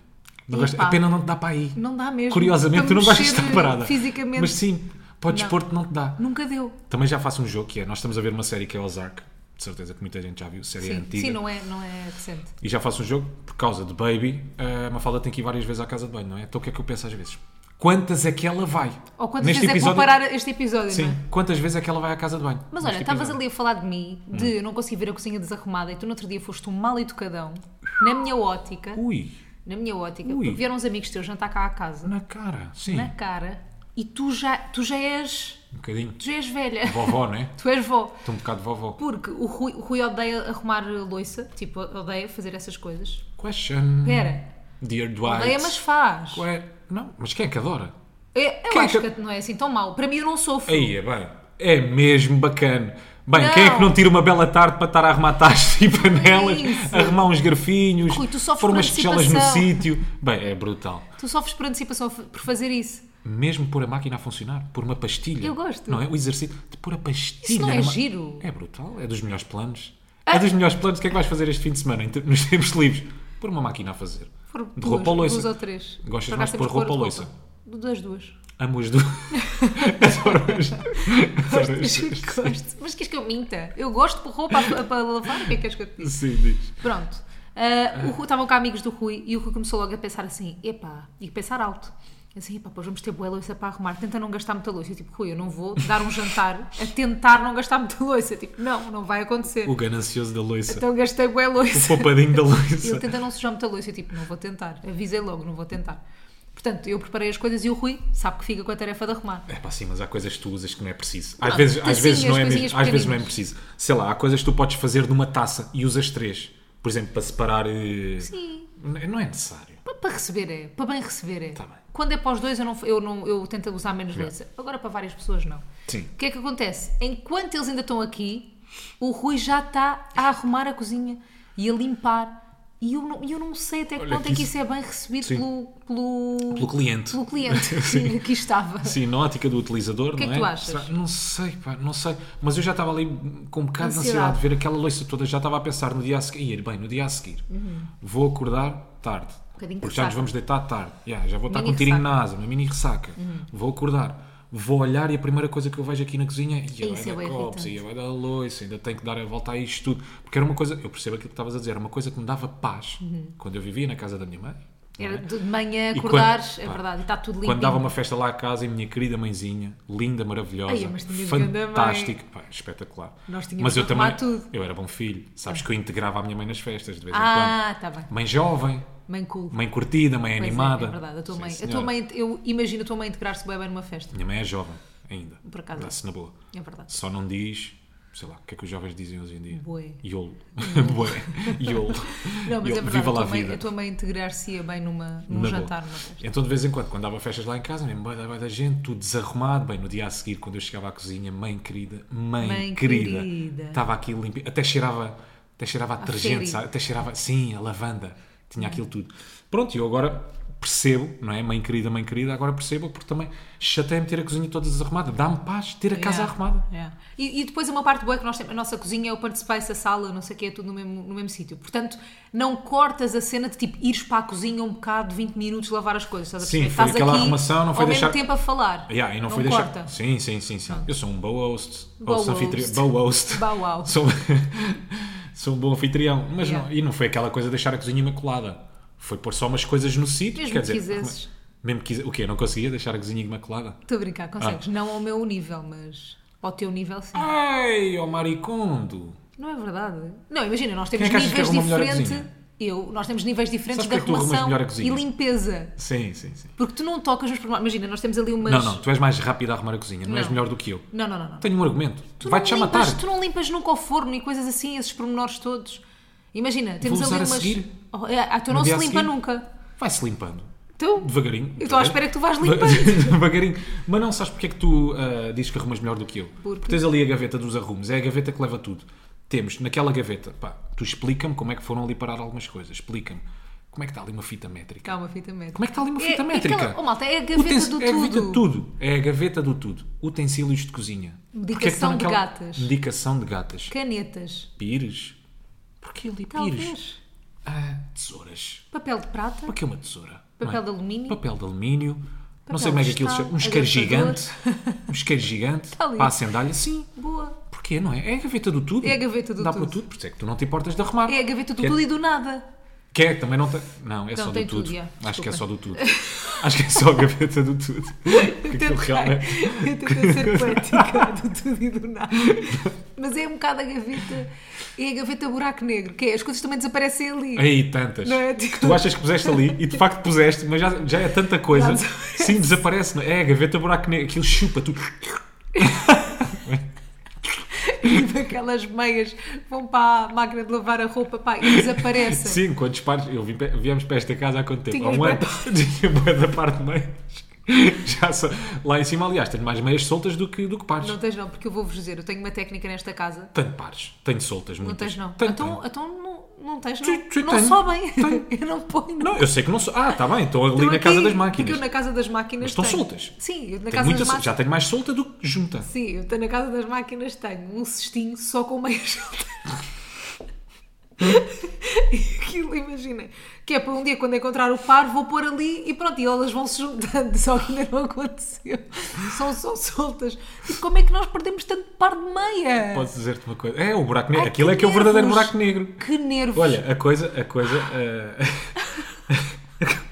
[SPEAKER 1] Epá.
[SPEAKER 2] Não gosto- A pena não te dá para aí.
[SPEAKER 1] não dá mesmo.
[SPEAKER 2] Curiosamente,
[SPEAKER 1] Para
[SPEAKER 2] tu não gostas de
[SPEAKER 1] mexer
[SPEAKER 2] estar parada.
[SPEAKER 1] Fisicamente,
[SPEAKER 2] Mas sim, para o desporto não te dá.
[SPEAKER 1] nunca deu.
[SPEAKER 2] Também já faço um jogo que é: nós estamos a ver uma série que é Ozark. De certeza que muita gente já viu, série
[SPEAKER 1] Sim,
[SPEAKER 2] antiga.
[SPEAKER 1] sim não, é, não é recente.
[SPEAKER 2] E já faço um jogo por causa de Baby. A Mafalda tem que ir várias vezes à casa de banho, não é? Então o que é que eu penso às vezes? Quantas é que ela vai?
[SPEAKER 1] Ou quantas
[SPEAKER 2] Neste
[SPEAKER 1] vezes é que vou
[SPEAKER 2] episódio-
[SPEAKER 1] parar este episódio,
[SPEAKER 2] Sim,
[SPEAKER 1] não é?
[SPEAKER 2] quantas vezes é que ela vai à casa de banho? tipo,
[SPEAKER 1] Mas olha,
[SPEAKER 2] Neste
[SPEAKER 1] estavas
[SPEAKER 2] episódio. Hum.
[SPEAKER 1] ali a falar de mim, de eu não conseguir ver a cozinha desarrumada e tu no outro dia foste um mal educadão, na minha ótica,
[SPEAKER 2] Ui,
[SPEAKER 1] na minha ótica,
[SPEAKER 2] Ui.
[SPEAKER 1] porque vieram uns amigos teus jantar cá à casa,
[SPEAKER 2] na cara, sim.
[SPEAKER 1] na cara, e tu já, tu já és,
[SPEAKER 2] Um bocadinho.
[SPEAKER 1] tu já és velha,
[SPEAKER 2] Vovó, não é?
[SPEAKER 1] tu és vó.
[SPEAKER 2] Estou um bocado vovó.
[SPEAKER 1] Porque o Rui, o Rui odeia arrumar louça, tipo, odeia fazer essas coisas.
[SPEAKER 2] Question.
[SPEAKER 1] Espera,
[SPEAKER 2] Dear Dwight.
[SPEAKER 1] odeia, mas faz.
[SPEAKER 2] Ué, não, mas quem é que adora?
[SPEAKER 1] Eu, eu
[SPEAKER 2] Quem é
[SPEAKER 1] acho
[SPEAKER 2] que-
[SPEAKER 1] que... não é assim tão mau. Para mim, eu não sofro.
[SPEAKER 2] Aí é bem, é mesmo bacana. Bem,
[SPEAKER 1] Não.
[SPEAKER 2] quem é que não tira uma bela tarde para estar a arrumar tachos e panelas,
[SPEAKER 1] isso.
[SPEAKER 2] arrumar uns garfinhos,
[SPEAKER 1] Rui, tu sofres
[SPEAKER 2] pôr
[SPEAKER 1] por
[SPEAKER 2] umas tigelas no
[SPEAKER 1] antecipação.
[SPEAKER 2] sítio? Bem, é brutal.
[SPEAKER 1] Tu sofres por antecipação f- por fazer isso.
[SPEAKER 2] Mesmo pôr a máquina a funcionar, pôr uma pastilha.
[SPEAKER 1] Eu gosto.
[SPEAKER 2] Não é? O exercício de pôr a pastilha.
[SPEAKER 1] Isso não é
[SPEAKER 2] na ma-
[SPEAKER 1] giro. Ah.
[SPEAKER 2] É brutal, é dos melhores planos. É dos melhores planos. O que é que vais fazer este fim de semana em te- nos tempos livres? Pôr uma máquina a fazer.
[SPEAKER 1] Por
[SPEAKER 2] de roupa ou
[SPEAKER 1] duas, duas
[SPEAKER 2] loiça.
[SPEAKER 1] ou três.
[SPEAKER 2] Gostas
[SPEAKER 1] Por
[SPEAKER 2] mais de
[SPEAKER 1] acaso temos
[SPEAKER 2] pôr
[SPEAKER 1] que
[SPEAKER 2] roupa ou
[SPEAKER 1] de
[SPEAKER 2] loiça?
[SPEAKER 1] roupa. Das duas.
[SPEAKER 2] Amo as duas. Adoro as adoro as duas.
[SPEAKER 1] Gosto. Mas queres que eu minta? Eu gosto de pôr roupa a- para lavar. O que é que queres que eu te diga?
[SPEAKER 2] Sim, diz.
[SPEAKER 1] Pronto. Ah, o Rui- Estavam cá amigos do Rui e o Rui começou logo a pensar assim: epá, e pensar alto. Assim, epá, pois vamos ter boa louça para arrumar, tenta não gastar muita louça. Eu tipo, Rui, eu não vou dar um jantar a tentar não gastar muita louça. Tipo, não, não vai acontecer.
[SPEAKER 2] O ganancioso da loiça.
[SPEAKER 1] Então gastei boa louça.
[SPEAKER 2] O poupadinho da
[SPEAKER 1] Ele
[SPEAKER 2] loiça.
[SPEAKER 1] tenta não sujar muita louça. Eu tipo, não vou tentar. Avisei logo, não vou tentar. Portanto, eu preparei as coisas e o Rui sabe que fica com a tarefa de arrumar.
[SPEAKER 2] É pá, sim, mas há coisas que tu usas que não é preciso. Às
[SPEAKER 1] Não,
[SPEAKER 2] vezes, às
[SPEAKER 1] tacinhas,
[SPEAKER 2] vezes, não é
[SPEAKER 1] então coisinhas
[SPEAKER 2] mesmo, às vezes não é
[SPEAKER 1] pequeninas.
[SPEAKER 2] preciso. Sei lá, há coisas que tu podes fazer numa taça e usas três. Por exemplo, para separar. eh,
[SPEAKER 1] Sim.
[SPEAKER 2] n- Não é necessário.
[SPEAKER 1] Pa- Para receber é, para bem receber é.
[SPEAKER 2] Tá bem.
[SPEAKER 1] Quando é para os dois, eu, não, eu, não, eu tento usar menos louça. Agora para várias pessoas, não.
[SPEAKER 2] Sim.
[SPEAKER 1] O que é que acontece? Enquanto eles ainda estão aqui, o Rui já está a arrumar a cozinha e a limpar. E eu não, e eu não sei até que
[SPEAKER 2] Olha
[SPEAKER 1] ponto
[SPEAKER 2] que
[SPEAKER 1] é que
[SPEAKER 2] isso-
[SPEAKER 1] isso é bem recebido
[SPEAKER 2] Sim.
[SPEAKER 1] pelo, pelo,
[SPEAKER 2] Pelo cliente.
[SPEAKER 1] pelo cliente que aqui estava.
[SPEAKER 2] Sim, na ótica do utilizador,
[SPEAKER 1] que é
[SPEAKER 2] não é?
[SPEAKER 1] que tu achas?
[SPEAKER 2] Será- Não sei, pá, não sei. Mas eu já estava ali com um bocado de
[SPEAKER 1] Ansiedade.
[SPEAKER 2] ansiedade de ver aquela louça toda, já estava a pensar no dia a seguir. Ir bem, no dia a seguir. Vou acordar tarde.
[SPEAKER 1] Uhum. Um bocadinho de
[SPEAKER 2] porque já nos
[SPEAKER 1] ressaca.
[SPEAKER 2] vamos deitar tarde. Yeah, já vou estar
[SPEAKER 1] Mini
[SPEAKER 2] com um tirinho
[SPEAKER 1] ressaca. Uhum.
[SPEAKER 2] na asa, uma mini ressaca. Vou acordar. Vou olhar e a primeira coisa que eu vejo aqui na cozinha ia
[SPEAKER 1] Isso é
[SPEAKER 2] vai
[SPEAKER 1] bué
[SPEAKER 2] dar copos,
[SPEAKER 1] irritante.
[SPEAKER 2] ia vai dar louça, ainda tenho que dar a volta a isto tudo. Porque era uma coisa, eu percebo aquilo que estavas a dizer, era uma coisa que me dava paz quando eu vivia na casa da minha mãe. não
[SPEAKER 1] Uhum. Era
[SPEAKER 2] é?
[SPEAKER 1] de manhã
[SPEAKER 2] E quando-
[SPEAKER 1] acordares, é
[SPEAKER 2] pá,
[SPEAKER 1] verdade, e está tudo limpo.
[SPEAKER 2] Quando dava uma festa lá a casa e a minha querida mãezinha, linda, maravilhosa,
[SPEAKER 1] Ai, mas tinhas grande mãe.
[SPEAKER 2] fantástica, pá, espetacular.
[SPEAKER 1] Nós tínhamos
[SPEAKER 2] mas eu
[SPEAKER 1] de arrumar
[SPEAKER 2] também,
[SPEAKER 1] tudo.
[SPEAKER 2] eu era bom filho, sabes que eu integrava a minha mãe nas festas de vez em
[SPEAKER 1] Ah, está bem.
[SPEAKER 2] quando. Mãe jovem,
[SPEAKER 1] Mãe cool.
[SPEAKER 2] mãe curtida, mãe
[SPEAKER 1] Pois é,
[SPEAKER 2] animada.
[SPEAKER 1] É, verdade, a tua
[SPEAKER 2] Sim,
[SPEAKER 1] mãe. A tua
[SPEAKER 2] senhora.
[SPEAKER 1] mãe, eu imagino a tua mãe integrar-se bem bem numa festa.
[SPEAKER 2] Minha mãe é jovem ainda.
[SPEAKER 1] Por acaso.
[SPEAKER 2] Dá-se na boa.
[SPEAKER 1] É verdade.
[SPEAKER 2] Só não diz, sei lá, o que é que os jovens dizem hoje em dia?
[SPEAKER 1] Bué.
[SPEAKER 2] Iolo. Bué. Iolo.
[SPEAKER 1] Não, mas é
[SPEAKER 2] Iolo.
[SPEAKER 1] verdade,
[SPEAKER 2] Viva
[SPEAKER 1] a,
[SPEAKER 2] lá a
[SPEAKER 1] tua mãe,
[SPEAKER 2] vida.
[SPEAKER 1] a tua mãe integrar-se bem numa, num
[SPEAKER 2] Na boa.
[SPEAKER 1] jantar, numa festa.
[SPEAKER 2] Então, de vez em quando, quando dava festas lá em casa, mesmo bué da- bué da gente, tudo desarrumado. Bem, no dia a seguir, quando eu chegava à cozinha, mãe querida, mãe,
[SPEAKER 1] Mãe
[SPEAKER 2] querida,
[SPEAKER 1] querida.
[SPEAKER 2] estava aquilo limpo. Até cheirava, até cheirava a detergente,
[SPEAKER 1] férias.
[SPEAKER 2] sabe? até cheirava, sim, a lavanda. Tinha
[SPEAKER 1] Hum.
[SPEAKER 2] aquilo tudo. Pronto, e eu agora percebo, não é? Mãe querida, mãe querida, agora percebo, porque também chateia-me ter a cozinha toda desarrumada. Dá-me paz ter a É casa
[SPEAKER 1] Yeah,
[SPEAKER 2] arrumada.
[SPEAKER 1] yeah. E, e depois uma parte boa que nós temos, a nossa cozinha, é open space, a sala, não sei o que, é tudo no mesmo, no mesmo sítio. Portanto, não cortas a cena de tipo ires para a cozinha um bocado, 20 minutos, lavar as coisas. Estás a
[SPEAKER 2] Sim,
[SPEAKER 1] perceber?
[SPEAKER 2] foi
[SPEAKER 1] Estás
[SPEAKER 2] aquela
[SPEAKER 1] aqui
[SPEAKER 2] arrumação, não foi
[SPEAKER 1] ao
[SPEAKER 2] deixar-
[SPEAKER 1] mesmo tempo a falar.
[SPEAKER 2] Yeah, e não,
[SPEAKER 1] não
[SPEAKER 2] foi deixar.
[SPEAKER 1] corta. Ah.
[SPEAKER 2] Sim, sim, sim, sim. Eu sou um boa host.
[SPEAKER 1] Boa
[SPEAKER 2] host anfitrião.
[SPEAKER 1] host.
[SPEAKER 2] Boa host.
[SPEAKER 1] Boa wow.
[SPEAKER 2] Sou, sou um bom anfitrião. Mas
[SPEAKER 1] Yeah.
[SPEAKER 2] não, e não foi aquela coisa de deixar a cozinha imaculada. Foi pôr só umas coisas no sítio.
[SPEAKER 1] Mesmo
[SPEAKER 2] quer
[SPEAKER 1] que
[SPEAKER 2] dizer,
[SPEAKER 1] quisesses.
[SPEAKER 2] arruma- Mesmo que quise- o quê? Não conseguia deixar a cozinha imaculada?
[SPEAKER 1] Estou a brincar,
[SPEAKER 2] Ah.
[SPEAKER 1] consegues. Não ao meu nível, mas ao teu nível sim.
[SPEAKER 2] Ai, ó maricondo!
[SPEAKER 1] Não é verdade? Não, imagina, nós temos
[SPEAKER 2] é que achas que
[SPEAKER 1] níveis
[SPEAKER 2] arruma melhor a
[SPEAKER 1] diferentes.
[SPEAKER 2] cozinha?
[SPEAKER 1] Eu, nós temos níveis diferentes
[SPEAKER 2] Sabes
[SPEAKER 1] de
[SPEAKER 2] porque é que tu arrumas
[SPEAKER 1] arrumação
[SPEAKER 2] melhor a cozinha?
[SPEAKER 1] e limpeza.
[SPEAKER 2] Sim, sim, sim.
[SPEAKER 1] Porque tu não tocas nos problemas. Imagina, nós temos ali umas.
[SPEAKER 2] Não, não, tu és mais rápido a arrumar a cozinha, não, és
[SPEAKER 1] Não.
[SPEAKER 2] melhor do que eu.
[SPEAKER 1] não, não. não, não.
[SPEAKER 2] Tenho um argumento.
[SPEAKER 1] Tu não
[SPEAKER 2] Vai-te já matar.
[SPEAKER 1] limpas- Tu não limpas nunca o forno e coisas assim, esses pormenores todos. Imagina, temos ali
[SPEAKER 2] usar a
[SPEAKER 1] umas.
[SPEAKER 2] seguir.
[SPEAKER 1] Oh, é, ah, tu
[SPEAKER 2] No
[SPEAKER 1] não se
[SPEAKER 2] dia a
[SPEAKER 1] limpa
[SPEAKER 2] seguir. Então,
[SPEAKER 1] nunca.
[SPEAKER 2] Vai-se limpando.
[SPEAKER 1] Tu?
[SPEAKER 2] Devagarinho.
[SPEAKER 1] Eu estou à espera que tu vás limpando.
[SPEAKER 2] Devagarinho. Mas não sabes porque é que tu ah, dizes que arrumas melhor do que eu.
[SPEAKER 1] Porque?
[SPEAKER 2] tens ali a gaveta dos arrumos, é a gaveta que leva tudo. Temos naquela gaveta, pá, tu explica-me como é que foram ali parar algumas coisas, explica-me. Como é que está ali uma fita métrica?
[SPEAKER 1] Calma, fita métrica.
[SPEAKER 2] Como é que está ali uma
[SPEAKER 1] É-
[SPEAKER 2] fita
[SPEAKER 1] é
[SPEAKER 2] métrica?
[SPEAKER 1] aquela- oh, malta, é a gaveta
[SPEAKER 2] Utens-
[SPEAKER 1] do
[SPEAKER 2] é a gaveta
[SPEAKER 1] tudo.
[SPEAKER 2] de tudo. É a gaveta do tudo. Utensílios de cozinha. Porque é que está
[SPEAKER 1] Medicação de
[SPEAKER 2] naquela-
[SPEAKER 1] gatas.
[SPEAKER 2] Medicação de gatas.
[SPEAKER 1] Canetas.
[SPEAKER 2] Pires? Porquê ali pires?
[SPEAKER 1] Talvez.
[SPEAKER 2] Ah, tesouras.
[SPEAKER 1] Papel de prata.
[SPEAKER 2] Para que uma tesoura?
[SPEAKER 1] Papel
[SPEAKER 2] não é?
[SPEAKER 1] de alumínio.
[SPEAKER 2] Papel de alumínio. não
[SPEAKER 1] Papel
[SPEAKER 2] sei como
[SPEAKER 1] de
[SPEAKER 2] é que aquilo se
[SPEAKER 1] vegetal,
[SPEAKER 2] chama. Um isqueiro
[SPEAKER 1] adaptador.
[SPEAKER 2] gigante. Um isqueiro gigante.
[SPEAKER 1] Está ali.
[SPEAKER 2] para a sandália. Sim.
[SPEAKER 1] Boa.
[SPEAKER 2] Porquê, não é? É a gaveta do tudo.
[SPEAKER 1] É a gaveta do
[SPEAKER 2] Dá
[SPEAKER 1] tudo.
[SPEAKER 2] para tudo. Por isso é que tu não te importas de arrumar.
[SPEAKER 1] É a gaveta do
[SPEAKER 2] Que é-
[SPEAKER 1] tudo e do nada.
[SPEAKER 2] Que é, também não tem... Não, é
[SPEAKER 1] Não,
[SPEAKER 2] só
[SPEAKER 1] tem
[SPEAKER 2] do tudo.
[SPEAKER 1] tudo, já.
[SPEAKER 2] Acho que é
[SPEAKER 1] Desculpa.
[SPEAKER 2] só do tudo. Acho que é só a gaveta do tudo. Porque aquilo é? realmente...
[SPEAKER 1] Eu tentei ser poética do tudo e do nada. Mas é um bocado a gaveta. É a gaveta buraco negro, que é, as coisas também desaparecem ali.
[SPEAKER 2] Aí, tantas.
[SPEAKER 1] Não é?
[SPEAKER 2] Que tu achas que puseste ali e de facto puseste, mas já, já é tanta coisa.
[SPEAKER 1] Já desaparece.
[SPEAKER 2] Sim, desaparece. não é? É a gaveta buraco negro. Aquilo chupa. Tu...
[SPEAKER 1] Tipo, aquelas meias vão para a máquina de lavar a roupa pá, e desaparecem.
[SPEAKER 2] Sim, quantos pares. Eu vim, pe- viemos para esta casa há quanto tempo?
[SPEAKER 1] Tinha
[SPEAKER 2] Há um
[SPEAKER 1] bué
[SPEAKER 2] ano. Tinha boa da parte de meias. Já só... Lá em cima, aliás, tenho mais meias soltas do que, do que pares.
[SPEAKER 1] Não tens não, porque eu vou-vos dizer, eu tenho uma técnica nesta casa.
[SPEAKER 2] Tenho pares. Tenho soltas
[SPEAKER 1] Não
[SPEAKER 2] muitas.
[SPEAKER 1] tens não.
[SPEAKER 2] Tenho,
[SPEAKER 1] então,
[SPEAKER 2] tenho.
[SPEAKER 1] então não, não tens não.
[SPEAKER 2] Sim, sim,
[SPEAKER 1] não
[SPEAKER 2] tenho.
[SPEAKER 1] sobem. Eu não ponho.
[SPEAKER 2] Não, eu sei que não sou. Ah, está bem. Estou ali
[SPEAKER 1] Estão Então
[SPEAKER 2] na
[SPEAKER 1] aqui,
[SPEAKER 2] casa das
[SPEAKER 1] Porque
[SPEAKER 2] máquinas.
[SPEAKER 1] eu na casa das máquinas
[SPEAKER 2] Mas estão
[SPEAKER 1] tenho-
[SPEAKER 2] soltas.
[SPEAKER 1] Sim, eu na
[SPEAKER 2] Tenho
[SPEAKER 1] casa
[SPEAKER 2] muita
[SPEAKER 1] das
[SPEAKER 2] sol- Já
[SPEAKER 1] máquinas.
[SPEAKER 2] tenho mais solta do que junta.
[SPEAKER 1] Sim, eu tenho na casa das máquinas tenho um cestinho só com meias soltas. E Aquilo, imagina, que é para um dia quando encontrar o par, vou pôr ali e pronto, e elas vão se juntando, só que ainda não aconteceu. São só soltas. E como é que nós perdemos tanto par de meia?
[SPEAKER 2] Posso dizer-te uma coisa? É, o buraco negro.
[SPEAKER 1] Ai,
[SPEAKER 2] Aquilo é que é o
[SPEAKER 1] nervos.
[SPEAKER 2] verdadeiro buraco negro.
[SPEAKER 1] Que nervos.
[SPEAKER 2] Olha, a coisa, a coisa. eh,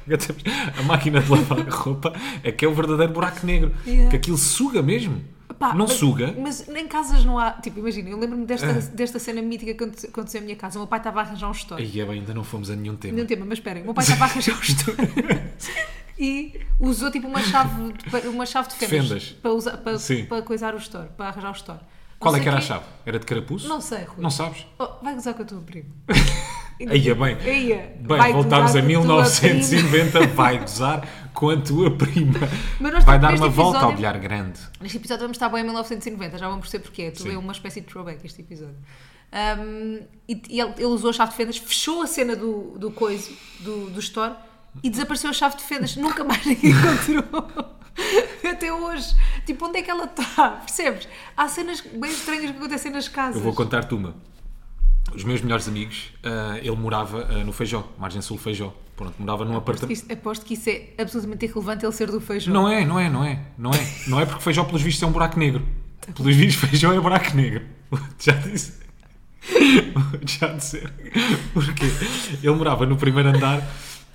[SPEAKER 2] a máquina de lavar roupa é que é o verdadeiro buraco negro.
[SPEAKER 1] Yeah.
[SPEAKER 2] Que aquilo suga mesmo.
[SPEAKER 1] Pá,
[SPEAKER 2] não
[SPEAKER 1] mas-
[SPEAKER 2] suga. Ah.
[SPEAKER 1] Mas nem casas não há. Tipo, imagina, eu lembro-me desta, desta cena mítica que aconte- aconteceu em minha casa. O meu pai estava a arranjar um histórico.
[SPEAKER 2] Aí é bem, ainda não fomos a nenhum tema.
[SPEAKER 1] Não tema, mas esperem. O meu pai estava a arranjar um histórico. e usou tipo uma chave de, pa- uma chave de fendas.
[SPEAKER 2] Fendas.
[SPEAKER 1] Para, usar, para,
[SPEAKER 2] Sim.
[SPEAKER 1] para coisar o store, para arranjar o store.
[SPEAKER 2] Qual
[SPEAKER 1] Não
[SPEAKER 2] é
[SPEAKER 1] sei
[SPEAKER 2] que era a
[SPEAKER 1] quê-
[SPEAKER 2] chave? Era de carapuço?
[SPEAKER 1] Não sei, Rui.
[SPEAKER 2] Não sabes?
[SPEAKER 1] Oh, vai gozar com a tua prima.
[SPEAKER 2] Aí é bem.
[SPEAKER 1] Eia,
[SPEAKER 2] Bem,
[SPEAKER 1] vai
[SPEAKER 2] voltámos
[SPEAKER 1] gozar com a tua
[SPEAKER 2] a 1990, vai gozar com a tua prima.
[SPEAKER 1] Mas nós
[SPEAKER 2] vai
[SPEAKER 1] temos
[SPEAKER 2] dar
[SPEAKER 1] neste
[SPEAKER 2] uma volta ao
[SPEAKER 1] episódio-
[SPEAKER 2] olhar grande.
[SPEAKER 1] Neste episódio vamos estar bem em 1990, já vamos perceber porquê. Tu
[SPEAKER 2] Sim.
[SPEAKER 1] é uma espécie de throwback este episódio. Um, e e ele, ele usou a chave de fendas, fechou a cena do, do coiso, do, do store, e desapareceu a chave de fendas. Nunca mais ninguém encontrou. Até hoje. Tipo, onde é que ela está? Percebes? Há cenas bem estranhas que acontecem nas casas.
[SPEAKER 2] Eu vou contar-te uma. Os meus melhores amigos, ah, ele morava ah, no Feijó, Margem Sul Feijó. Pronto, morava num apartamento.
[SPEAKER 1] Isto- aposto que isso é absolutamente irrelevante ele ser do feijão.
[SPEAKER 2] Não é, não é, não é, não é. Não é porque feijão, pelos vistos, é um buraco negro. Pelos vistos, feijão é buraco negro. Já disse. Já disse. Porquê? Ele morava no primeiro andar